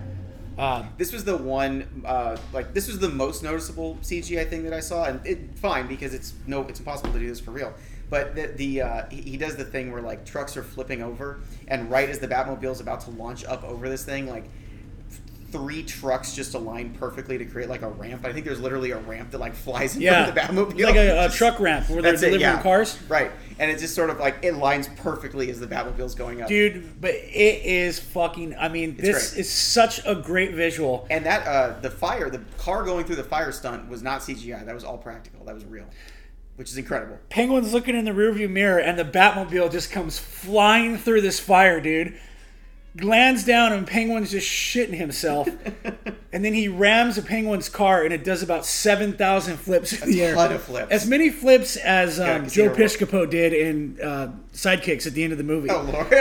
uh,
This was the one, uh, like this was the most noticeable CGI thing that I saw, and it fine because it's no, it's impossible to do this for real. But the, the uh, he, he does the thing where like trucks are flipping over, and right as the Batmobile's about to launch up over this thing, like three trucks just align perfectly to create like a ramp. I think there's literally a ramp that like flies in
yeah
front of the Batmobile,
It's like a, a
Just-
truck ramp where they're
That's it,
delivering
yeah.
cars
right? And it just sort of like it lines perfectly as the Batmobile's going up.
dude but it is fucking i mean this
great.
is such a great visual
And that uh, the fire, the car going through the fire stunt was not CGI. That was all practical. That was real, which is incredible.
penguins looking in the rearview mirror and the batmobile just comes flying through this fire dude glands down and penguins just shitting himself and then he rams a penguin's car and it does about 7000 flips in the air
ton of flips.
as many flips as um,
'cause
joe
they were-
piscopo did in uh, sidekicks at the end of the movie
Oh lord!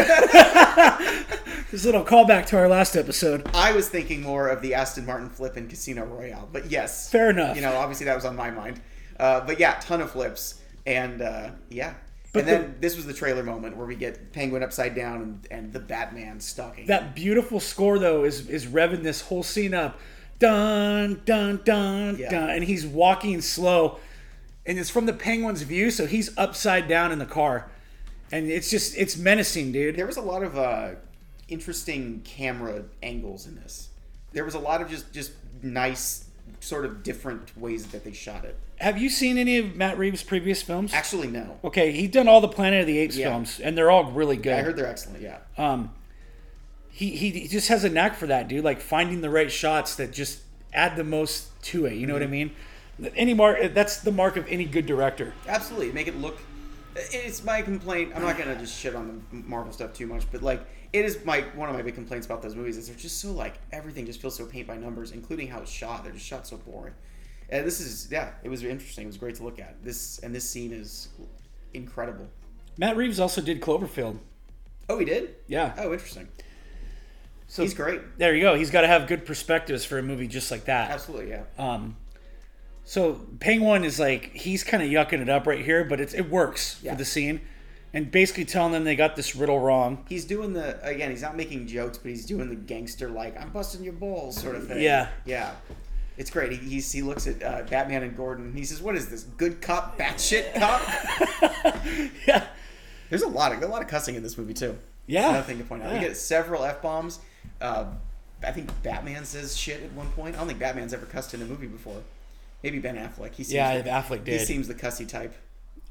this little callback to our last episode
I was thinking more of the Aston Martin flip in Casino Royale, but yes,
Fair enough.
You know, obviously that was on my mind. Uh, but yeah, ton of flips, and uh, yeah.
But
and
the-
then this was the trailer moment where we get Penguin upside down and, and the Batman stalking.
that beautiful score though is is revving this whole scene up dun dun dun
Yeah.
dun and he's walking slow and it's from the penguin's view so he's upside down in the car and it's just it's menacing dude
there was a lot of uh, interesting camera angles in this. There was a lot of just just nice, sort of different ways that they shot it.
have you seen any of matt reeves previous films
Actually, no.
okay he's done all the planet of the apes
Yeah.
films and they're all really good
I heard they're excellent. Yeah.
um he, he he just has a knack for that dude like finding the right shots that just add the most to
Mm-hmm.
it you know what i mean any mark that's the mark of any good director
Absolutely. Make it look. it's my complaint. I'm not gonna just shit on the Marvel stuff too much, but like it is my one of my big complaints about those movies is they're just so like everything just feels so paint by numbers, including how it's shot. They're just shot so boring. And this is yeah, it was interesting. It was great to look at this, and this scene is incredible.
Matt Reeves also did Cloverfield.
Oh, he did.
Yeah.
Oh, interesting.
So
He's great.
There you go. He's got to have good perspectives for a movie just like that.
Absolutely, yeah.
Um, so Penguin is like he's kind of yucking it up right here, but it's, it works
Yeah.
for the scene, and basically telling them they got this riddle wrong.
He's doing the again. He's not making jokes, but he's doing the gangster like "I'm busting your balls" sort of thing.
Yeah.
yeah. It's great. He, he's, he looks at uh, Batman and Gordon. He says, "What is this? Good cop, batshit cop."
yeah,
There's a lot of a lot of cussing in this movie too.
yeah.
Another thing to point out.
Yeah.
We get several f bombs. Uh, I think Batman says shit at one point. I don't think Batman's ever cussed in a movie before. Maybe Ben Affleck. He seems
Yeah,
the,
Affleck
he
did.
seems the cussy type.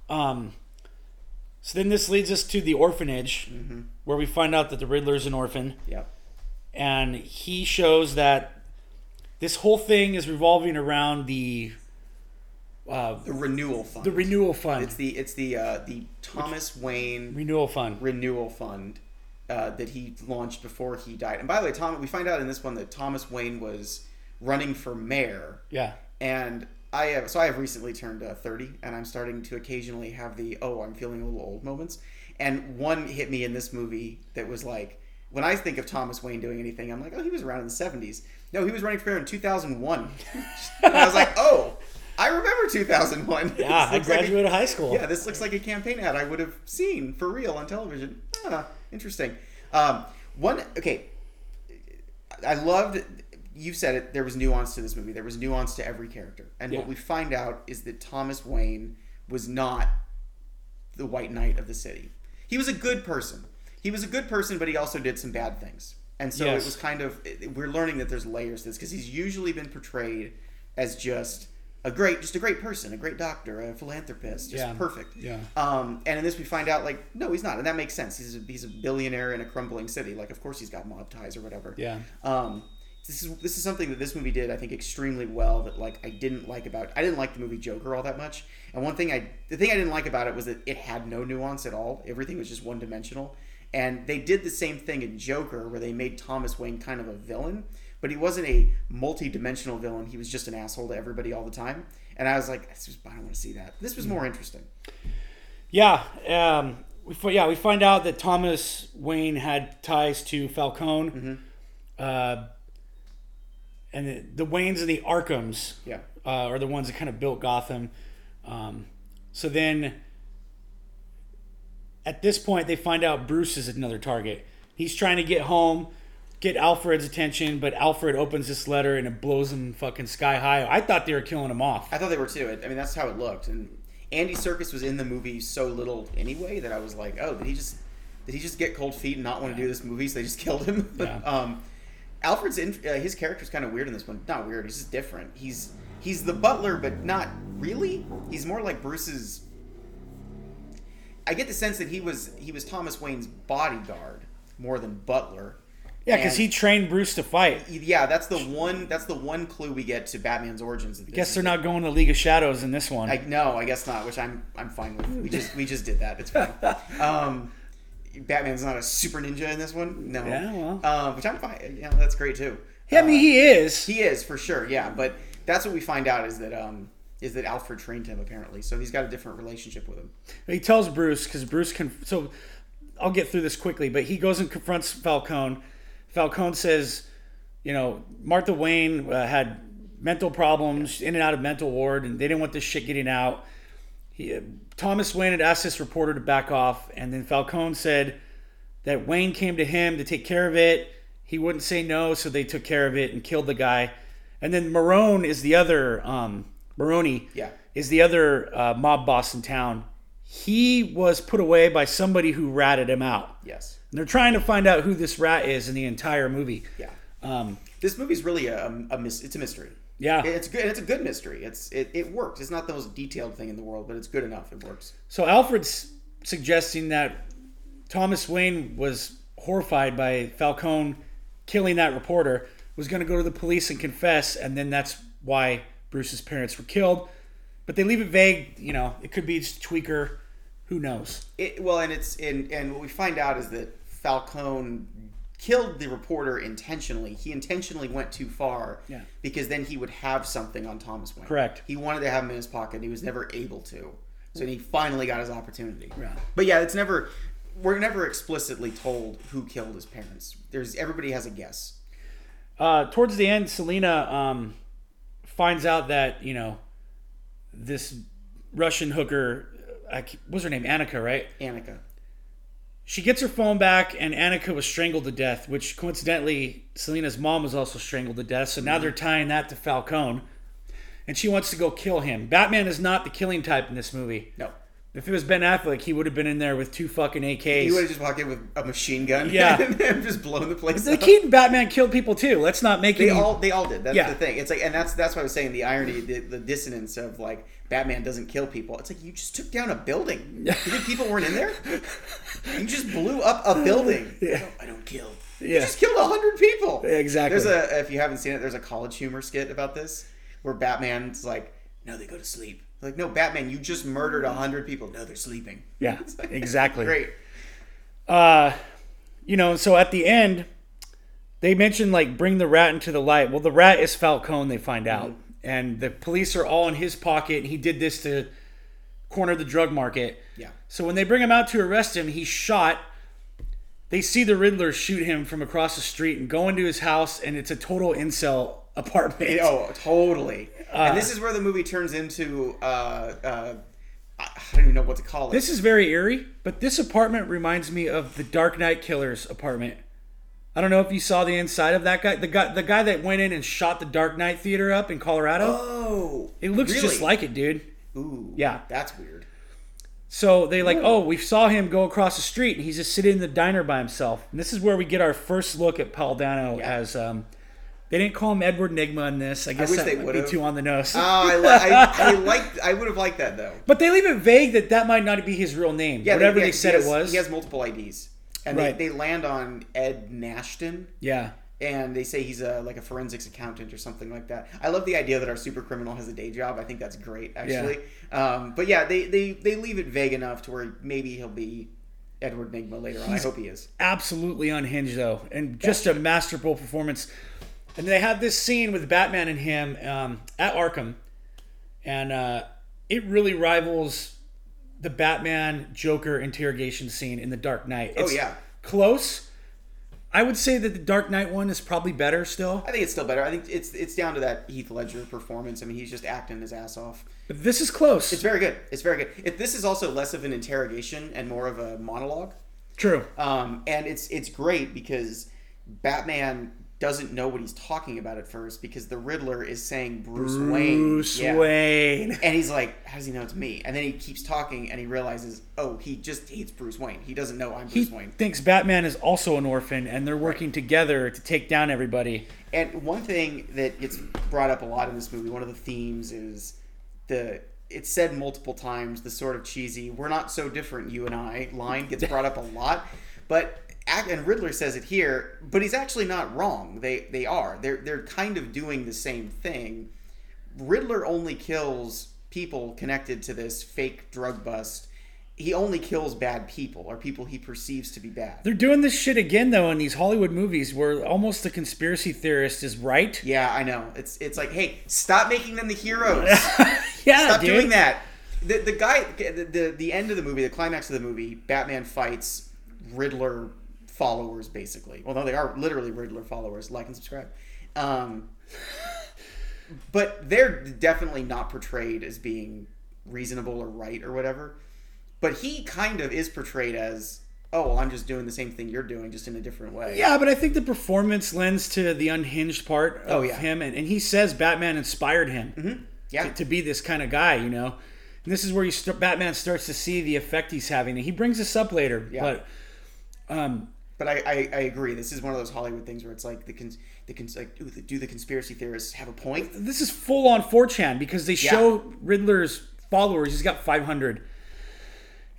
Um, so then this leads us to the orphanage,
Mm-hmm.
where we find out that the Riddler's an orphan,
Yeah.
and he shows that this whole thing is revolving around the uh,
The renewal fund.
the renewal fund.
It's the it's the uh, the Thomas Wayne
renewal fund.
renewal fund uh, that he launched before he died. And by the way, Tom, we find out in this one that Thomas Wayne was running for mayor,
yeah.
and I have so I have recently turned uh, thirty, and I'm starting to occasionally have the oh I'm feeling a little old moments. And one hit me in this movie that was like when I think of Thomas Wayne doing anything, I'm like oh he was around in the '70s. No, he was running for mayor in 2001. and I was like oh. I remember 2001. This
Yeah, Ah, I
looks like a-
graduated high school.
yeah, this looks like a campaign ad I would have seen for real on television. Ah, interesting. Um, one, okay, I loved. You said it. There was nuance to this movie. There was nuance to every character, and
Yeah.
what we find out is that Thomas Wayne was not the White Knight of the city. He was a good person. He was a good person, but he also did some bad things. And so
Yes.
it was kind of it- we're learning that there's layers to this because he's usually been portrayed as just a great, just a great person, a great doctor, a philanthropist, just
Yeah.
perfect.
Yeah.
Um, and in this, we find out like no, he's not, and that makes sense. He's a, he's a billionaire in a crumbling city. Like, of course, he's got mob ties or whatever.
Yeah.
Um, this is this is something that this movie did, I think, extremely well. That like I didn't like about I didn't like the movie Joker all that much. And one thing I the thing I didn't like about it was that it had no nuance at all. Everything was just one dimensional. And they did the same thing in Joker, where they made Thomas Wayne kind of a villain, but he wasn't a multi-dimensional villain. He was just an asshole to everybody all the time. And I was like, this was, I don't want to see that. This was more interesting.
Yeah. Um, we fi- yeah we find out that Thomas Wayne had ties to Falcone,
Mm-hmm.
uh, and the, the Waynes and the Arkhams
Yeah.
uh, are the ones that kind of built Gotham. Um, so then, at this point, they find out Bruce is another target. He's trying to get home, get Alfred's attention, but Alfred opens this letter and it blows him fucking sky high. I thought they were killing him off.
I thought they were too. I- I mean, that's how it looked. And Andy Circus was in the movie so little anyway that I was like, oh, did he just did he just get cold feet and not want to do this movie? So they just killed him.
Yeah.
um, Alfred's in, uh, his character's kind of weird in this one. Not weird. He's just different. He's he's the butler, but not really. He's more like Bruce's. I get the sense that he was he was Thomas Wayne's bodyguard more than butler.
Yeah, because
And-
he trained Bruce to fight.
yeah, that's the one that's the one clue we get to Batman's origins. of the
Guess they're not
business.
going to League of Shadows in this one.
I no, I guess not. Which I'm I'm fine with. We just we just did that. It's fine. Um, Batman's not a super ninja in this one. No.
Yeah, well.
Uh, which I'm fine. Yeah, that's great too.
Yeah, I mean, he is.
Uh, He is for sure. Yeah, but that's what we find out is that um is that Alfred trained him apparently. So he's got a different relationship with him.
He tells Bruce because Bruce can. So I'll get through this quickly, but he goes and confronts Falcone. Falcone says, you know, Martha Wayne uh, had mental problems, in and out of mental ward, and they didn't want this shit getting out. He, uh, Thomas Wayne had asked this reporter to back off, and then Falcone said that Wayne came to him to take care of it. He wouldn't say no, so they took care of it and killed the guy. And then Marone is the other um, Maroni
Yeah.
is the other uh, mob boss in town. He was put away by somebody who ratted him out.
Yes.
And they're trying to find out who this rat is in the entire movie.
Yeah.
Um,
This movie's really a, um, a, a mis- it's a mystery.
yeah.
It's good. It's a good mystery. It's it, it works. It's not the most detailed thing in the world, but it's good enough. It works.
So Alfred's suggesting that Thomas Wayne was horrified by Falcone killing that reporter, was going to go to the police and confess, and then that's why Bruce's parents were killed. But they leave it vague. You know, it could be just tweaker. Who knows?
It, well, and it's and and what we find out is that Falcone killed the reporter intentionally. He intentionally went too far.
Yeah.
Because then he would have something on Thomas Wayne.
Correct.
He wanted to have him in his pocket. and He was never able to. So he finally got his opportunity.
Yeah.
But yeah, it's never. We're never explicitly told who killed his parents. There's everybody has a guess.
Uh, towards the end, Selena um, finds out that you know this Russian hooker. I, ca- what's her name? Annika, right?
Annika.
She gets her phone back, and Annika was strangled to death. Which coincidentally, Selena's mom was also strangled to death. So
Mm-hmm.
now they're tying that to Falcone, and she wants to go kill him. Batman is not the killing type in this movie.
No.
If it was Ben Affleck, he would have been in there with two fucking AKs.
He would have just walked in with a machine gun.
Yeah.
and just blown the place
the
up.
Keaton Batman killed people too. Let's not make
They
any-
all they all did. That's
Yeah.
the thing. It's like, and that's that's why I was saying the irony, the, the dissonance of like Batman doesn't kill people. It's like you just took down a building. You think people weren't in there? You just blew up a building. I, don't, I don't kill. You
Yeah.
just killed a hundred people.
Exactly.
There's a if you haven't seen it, there's a college humor skit about this where Batman's like, no, they go to sleep. Like, no, Batman, you just murdered a hundred people. No, they're sleeping.
Yeah,
It's like,
exactly.
Great.
uh, you know, so at the end, they mention like bring the rat into the light. Well, the rat is Falcone. They find out, and the police are all in his pocket. And he did this to corner the drug market.
Yeah.
So when they bring him out to arrest him, he's shot. They see the Riddler shoot him from across the street and go into his house, and it's a total incel apartment.
Oh, totally. and this is where the movie turns into uh, uh, I I don't even know what to call it.
This is very eerie, but this apartment reminds me of the Dark Knight Killer's apartment. I don't know if you saw the inside of that guy. The guy, the guy that went in and shot the Dark Knight Theater up in Colorado.
oh,
it looks just
really?
like it, dude.
Ooh,
Yeah.
that's weird.
So they like, oh, we saw him go across the street, and he's just sitting in the diner by himself. And this is where we get our first look at Paul Dano
Yeah.
as. Um, they didn't call him Edward Nigma in this. I guess
wish
that
they
might
would've.
be too on the nose.
Oh, I, li- I, I liked. I would have liked that though.
but they leave it vague that that might not be his real name.
Yeah,
Whatever
yeah,
they said
he has-
it was.
He has multiple IDs, and
Right.
they, they land on Ed Nashton,
yeah.
and they say he's a like a forensics accountant or something like that. I love the idea that our super criminal has a day job. I think that's great, actually. Um, but yeah, they, they they leave it vague enough to where maybe he'll be Edward Nigma later on. I hope he is.
absolutely unhinged though, and just a masterful performance. And they have this scene with Batman and him um, at Arkham, and uh, it really rivals the Batman Joker interrogation scene in The Dark Knight. It's
Oh, yeah.
close. I would say that the Dark Knight one is probably better still.
I think it's still better. I think it's it's down to that Heath Ledger performance. I mean, he's just acting his ass off.
But this is close.
It's very good. It's very good. It, this is also less of an interrogation and more of a monologue.
True.
Um, and it's it's great because Batman doesn't know what he's talking about at first because the Riddler is saying Bruce, Wayne.
Bruce
Yeah.
Wayne.
And he's like, how does he know it's me? And then he keeps talking and he realizes, oh, he just hates Bruce Wayne. He doesn't know I'm
He
Bruce Wayne.
thinks Batman is also an orphan, and they're working together to take down everybody.
And one thing that gets brought up a lot in this movie, one of the themes is the it's said multiple times the sort of cheesy "we're not so different, you and I" line gets brought up a lot, but ac- and Riddler says it here, but he's actually not wrong. They they are they're they're kind of doing the same thing. Riddler only kills people connected to this fake drug bust. He only kills bad people or people he perceives to be bad.
They're doing this shit again though in these Hollywood movies where almost the conspiracy theorist is right.
Yeah, I know. It's it's like, hey, stop making them the heroes.
Yeah,
Stop
dude.
doing that. The, the guy, the, the the end of the movie, the climax of the movie, Batman fights Riddler followers basically. Well, no, they are literally Riddler followers. Like and subscribe. Um, but they're definitely not portrayed as being reasonable or right or whatever. But he kind of is portrayed as, oh, well, I'm just doing the same thing you're doing, just in a different way.
Yeah, but I think the performance lends to the unhinged part of
Oh, yeah. Mm-hmm.
him, and, and he says Batman inspired him
yeah.
to be this kind of guy, you know. And this is where you st- Batman starts to see the effect he's having, and he brings this up later. But
But I, I, I agree. This is one of those Hollywood things where it's like the cons, the cons, like ooh, the, do the conspiracy theorists have a point?
this is full on 4chan because they show Riddler's followers. He's got 500.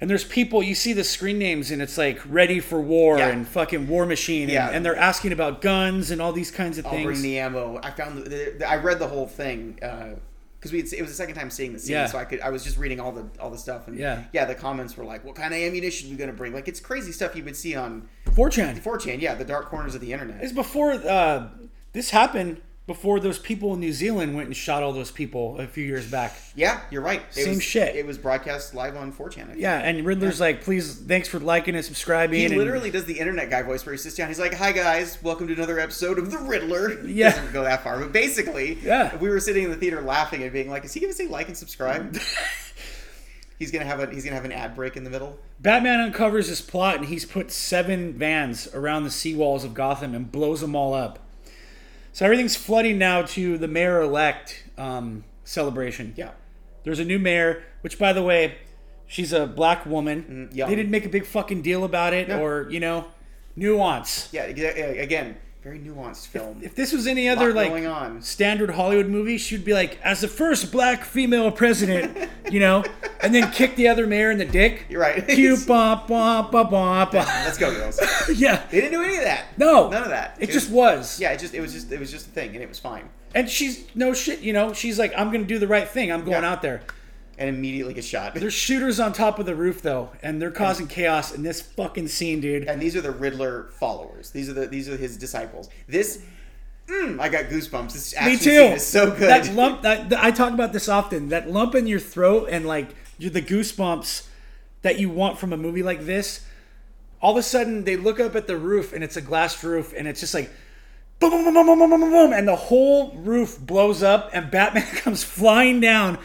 And there's people, you see the screen names, and it's like ready for war
Yeah.
and fucking war machine. and-
Yeah.
And, they're asking about guns and all these kinds of
I'll
things.
bring the ammo. I found the, the, I read the whole thing. Uh, because we had, it was the second time seeing the scene,
Yeah.
so I could I was just reading all the all the stuff and
Yeah.
the comments were like, what kind of ammunition are we gonna bring? Like it's crazy stuff you would see on
4chan.
4chan, yeah, the dark corners of the internet.
It's before uh, this happened. Before those people in New Zealand went and shot all those people a few years back.
yeah, you're right. It
Same
was,
shit.
It was broadcast live on 4chan. I think.
Yeah, and Riddler's like, please, thanks for liking and subscribing.
He
and-
literally does the internet guy voice where he sits down. He's like, "Hi guys, welcome to another episode of The Riddler." He
Yeah.
doesn't go that far, but basically,
Yeah.
we were sitting in the theater laughing and being like, "Is he going to say like and subscribe?" he's gonna have a he's gonna have an ad break in the middle.
Batman uncovers his plot and he's put seven vans around the seawalls of Gotham and blows them all up. So everything's flooding now to the mayor elect um, celebration.
Yeah,
There's a new mayor, which, by the way, she's a black woman.
Mm, yeah.
They didn't make a big fucking deal about it
No.
or, you know, nuance.
yeah. yeah, yeah, Again, very nuanced film.
If this was any other, like,
going on.
standard Hollywood movie, she'd be like, as the first black female president, you know, and then kick the other mayor in the dick.
You're right.
Cue, ba, ba, ba, ba, ba.
Let's go, girls.
yeah.
they didn't do any of that.
No.
none of that.
It, just was.
yeah. It just it was just it was just a thing, and it was fine.
And she's no shit, you know, she's like, I'm gonna do the right thing. I'm going
Yeah.
out there.
And immediately gets shot.
There's shooters on top of the roof though, and they're causing chaos in this fucking scene, dude.
and these are the Riddler followers. These are the these are his disciples. This, mm, I got goosebumps. This action
Me
scene
too.
is so good.
That lump that, that- I talk about this often. That lump in your throat and like you the goosebumps that you want from a movie like this. All of a sudden they look up at the roof and it's a glass roof and it's just like boom boom boom boom boom boom boom boom and the whole roof blows up and Batman comes flying down.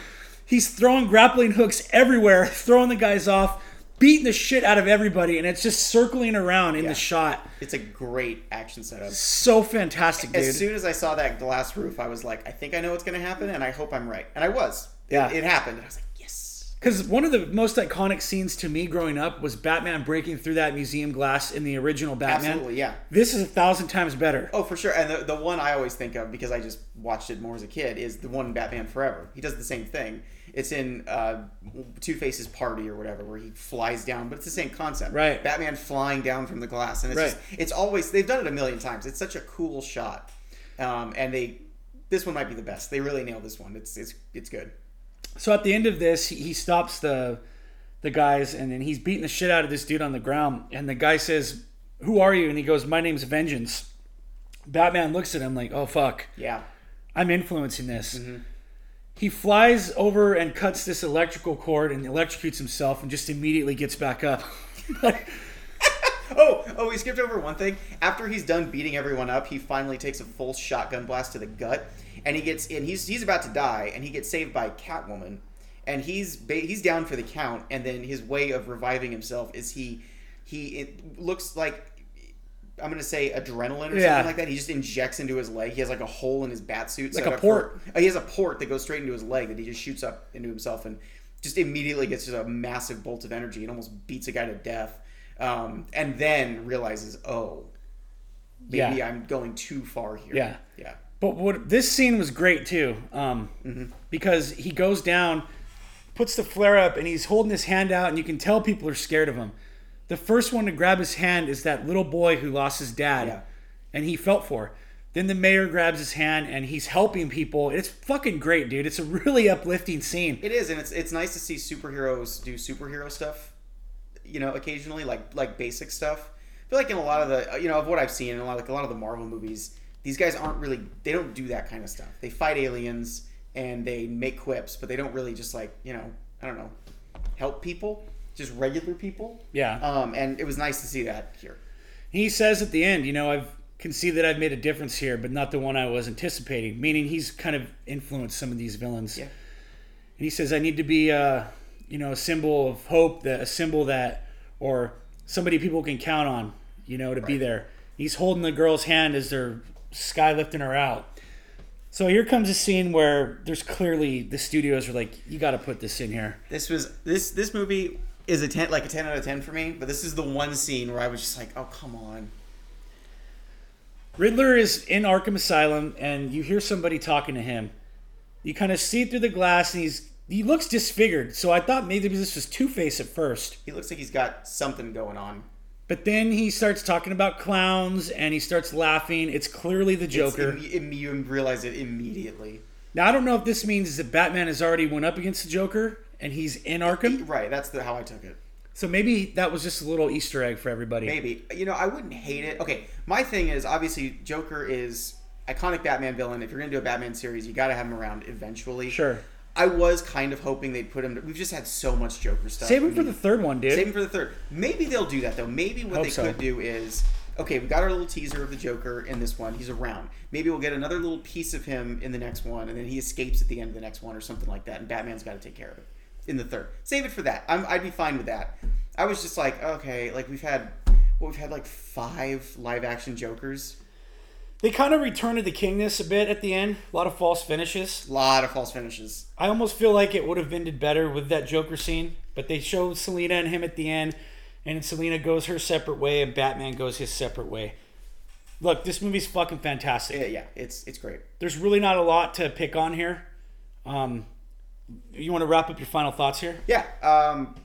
He's throwing grappling hooks everywhere, throwing the guys off, beating the shit out of everybody, and it's just circling around in
Yeah.
the shot.
It's a great action setup.
So fantastic, dude.
As soon as I saw that glass roof, I was like, I think I know what's going to happen, and I hope I'm right. And I was. It-
Yeah.
It, happened. And I was like, yes.
Because one of the most iconic scenes to me growing up was Batman breaking through that museum glass in the original Batman.
Absolutely, yeah.
This is a thousand times better.
Oh, for sure. And the, the one I always think of because I just watched it more as a kid is the one in Batman Forever. He does the same thing. It's in uh, Two Face's party or whatever, where he flies down, but it's the same concept.
Right.
Batman flying down from the glass, and it's
Right.
just, it's always they've done it a million times. It's such a cool shot, um, and they this one might be the best. They really nail this one. It's it's it's good.
So at the end of this, he, he stops the the guys and then he's beating the shit out of this dude on the ground. And the guy says, "Who are you?" And he goes, "My name's Vengeance." Batman looks at him like, "Oh fuck,
Yeah.
I'm influencing this."
Mm-hmm.
He flies over and cuts this electrical cord and electrocutes himself and just immediately gets back up.
Oh, oh, we skipped over one thing. After he's done beating everyone up, he finally takes a full shotgun blast to the gut, and he gets and he's he's about to die, and he gets saved by Catwoman, and he's ba- he's down for the count, and then his way of reviving himself is he he it looks like. I'm gonna say adrenaline or
Yeah.
something like that. He just injects into his leg. He has like a hole in his batsuit.
Like
so
a
that
port.
for- uh, he has a port that goes straight into his leg that he just shoots up into himself and just immediately gets just a massive bolt of energy and almost beats a guy to death. Um, and then realizes, oh, maybe
Yeah.
I'm going too far here.
Yeah.
Yeah.
But what this scene was great too, um,
Mm-hmm.
because he goes down, puts the flare up, and he's holding his hand out, and you can tell people are scared of him. The first one to grab his hand is that little boy who lost his dad,
Yeah.
and he felt for. Then the mayor grabs his hand, and he's helping people. It's fucking great, dude. It's a really uplifting scene.
It is, and it's it's nice to see superheroes do superhero stuff, you know, occasionally, like like basic stuff. I feel like in a lot of the you know, of what I've seen in a lot like a lot of the Marvel movies, these guys aren't really they don't do that kind of stuff. They fight aliens and they make quips, but they don't really just like, you know, I don't know, help people, just regular people.
Yeah.
Um, and it was nice to see that here.
He says at the end, you know, I've can see that I've made a difference here, but not the one I was anticipating. Meaning he's kind of influenced some of these villains.
Yeah.
And he says, I need to be, uh, you know, a symbol of hope, that a symbol that, or somebody people can count on, you know, to be there. He's holding the girl's hand as they're skylifting her out. So here comes a scene where there's clearly the studios are like, you got to put this in here.
This was this this movie is a ten like a ten out of ten for me, but this is the one scene where I was just like, oh come on.
Riddler is in Arkham Asylum, and you hear somebody talking to him. You kind of see through the glass, and he's he looks disfigured. So I thought maybe this was Two Face at first,
He looks like he's got something going on.
but then he starts talking about clowns, and he starts laughing. It's clearly the
It's
Joker.
imme- imme- you realize it immediately.
Now I don't know if this means that Batman has already went up against the Joker and he's in Arkham.
Right, that's the, how I took it.
So maybe that was just a little Easter egg for everybody.
Maybe. You know, I wouldn't hate it. Okay, my thing is obviously Joker is iconic Batman villain. If you're going to do a Batman series, you got to have him around eventually.
Sure.
I was kind of hoping they'd put him. To, we've just had so much Joker stuff.
Save him
I
for
mean,
the third one, dude.
Save him for the third. Maybe they'll do that though. Maybe what
Hope
they
so.
could do is okay. We got our little teaser of the Joker in this one. He's around. Maybe we'll get another little piece of him in the next one, and then he escapes at the end of the next one or something like that. And Batman's got to take care of it in the third. Save it for that. I'm, I'd be fine with that. I was just like, okay, like we've had what we've had like five live action Jokers.
They kind of return to the kingness a bit at the end. A lot of false finishes.
A lot of false finishes.
I almost feel like it would have ended better with that Joker scene, but they show Selena and him at the end, and Selena goes her separate way, and Batman goes his separate way. Look, this movie's fucking fantastic.
Yeah, yeah, it's it's great.
There's really not a lot to pick on here. Um, you want to wrap up your final thoughts here?
Yeah, um,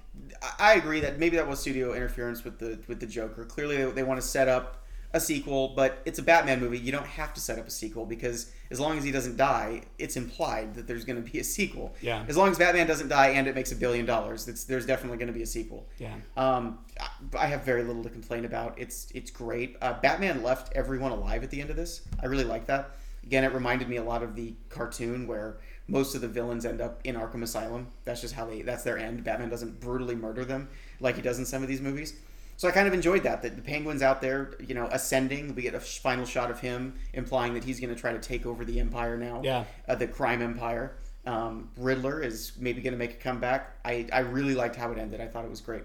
I- I agree that maybe that was studio interference with the with the Joker. Clearly, they, they want to set up a sequel, but it's a Batman movie. You don't have to set up a sequel because as long as he doesn't die, it's implied that there's going to be a sequel.
Yeah.
As long as Batman doesn't die and it makes a billion dollars, it's, there's definitely going to be a sequel.
Yeah.
Um, I- I have very little to complain about. It's it's great. Uh, Batman left everyone alive at the end of this. I really like that. Again, it reminded me a lot of the cartoon where most of the villains end up in Arkham Asylum. That's just how they. That's their end. Batman doesn't brutally murder them like he does in some of these movies. So I kind of enjoyed that. That the Penguin's out there, you know, ascending. We get a sh- final shot of him, implying that he's going to try to take over the Empire now.
Yeah.
Uh, the crime empire. Um, Riddler is maybe going to make a comeback. I, I really liked how it ended. I thought it was great.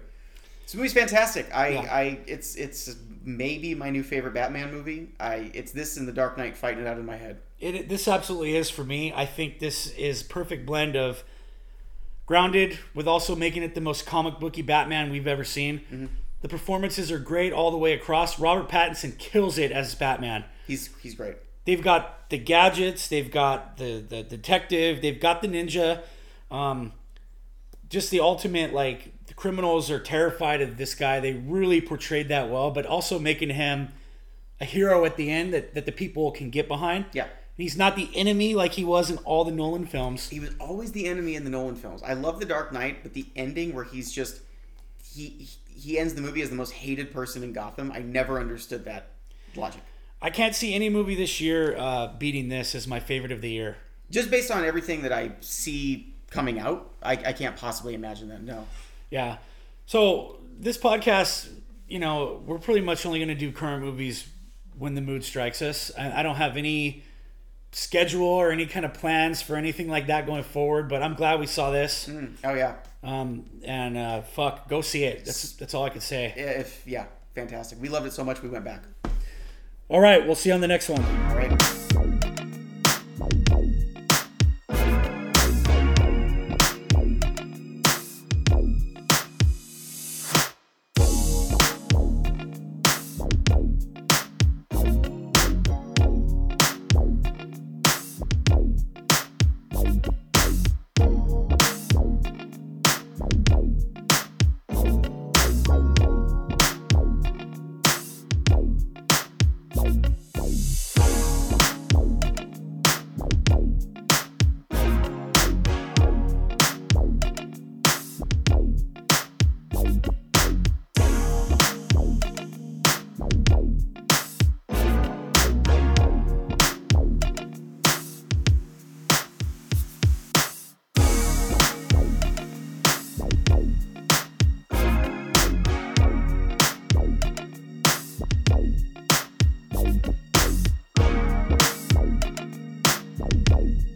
This movie's fantastic. I,
Yeah.
I it's it's maybe my new favorite Batman movie. I it's this and The Dark Knight fighting it out in my head.
It, it- this absolutely is for me. I think this is perfect blend of grounded with also making it the most comic booky Batman we've ever seen. The performances are great all the way across. Robert Pattinson kills it as Batman.
He's he's great.
They've got the gadgets, they've got the the detective, they've got the ninja. Um, just the ultimate like the criminals are terrified of this guy. They really portrayed that well, but also making him a hero at the end that, that the people can get behind.
Yeah.
He's not the enemy like he was in all the Nolan films.
He was always the enemy in the Nolan films. I love The Dark Knight, but the ending where he's just he he- he ends the movie as the most hated person in Gotham. I never understood that logic.
I can't see any movie this year uh, beating this as my favorite of the year.
Just based on everything that I see coming out, I, I can't possibly imagine that. No.
Yeah. So this podcast, you know, we're pretty much only going to do current movies when the mood strikes us. I, I don't have any schedule or any kind of plans for anything like that going forward, but I'm glad we saw this.
Oh yeah.
Um, and uh, fuck, go see it. That's that's all I can say.
If yeah, fantastic. We loved it so much we went back.
All right, we'll see you on the next one.
All right.
Bye.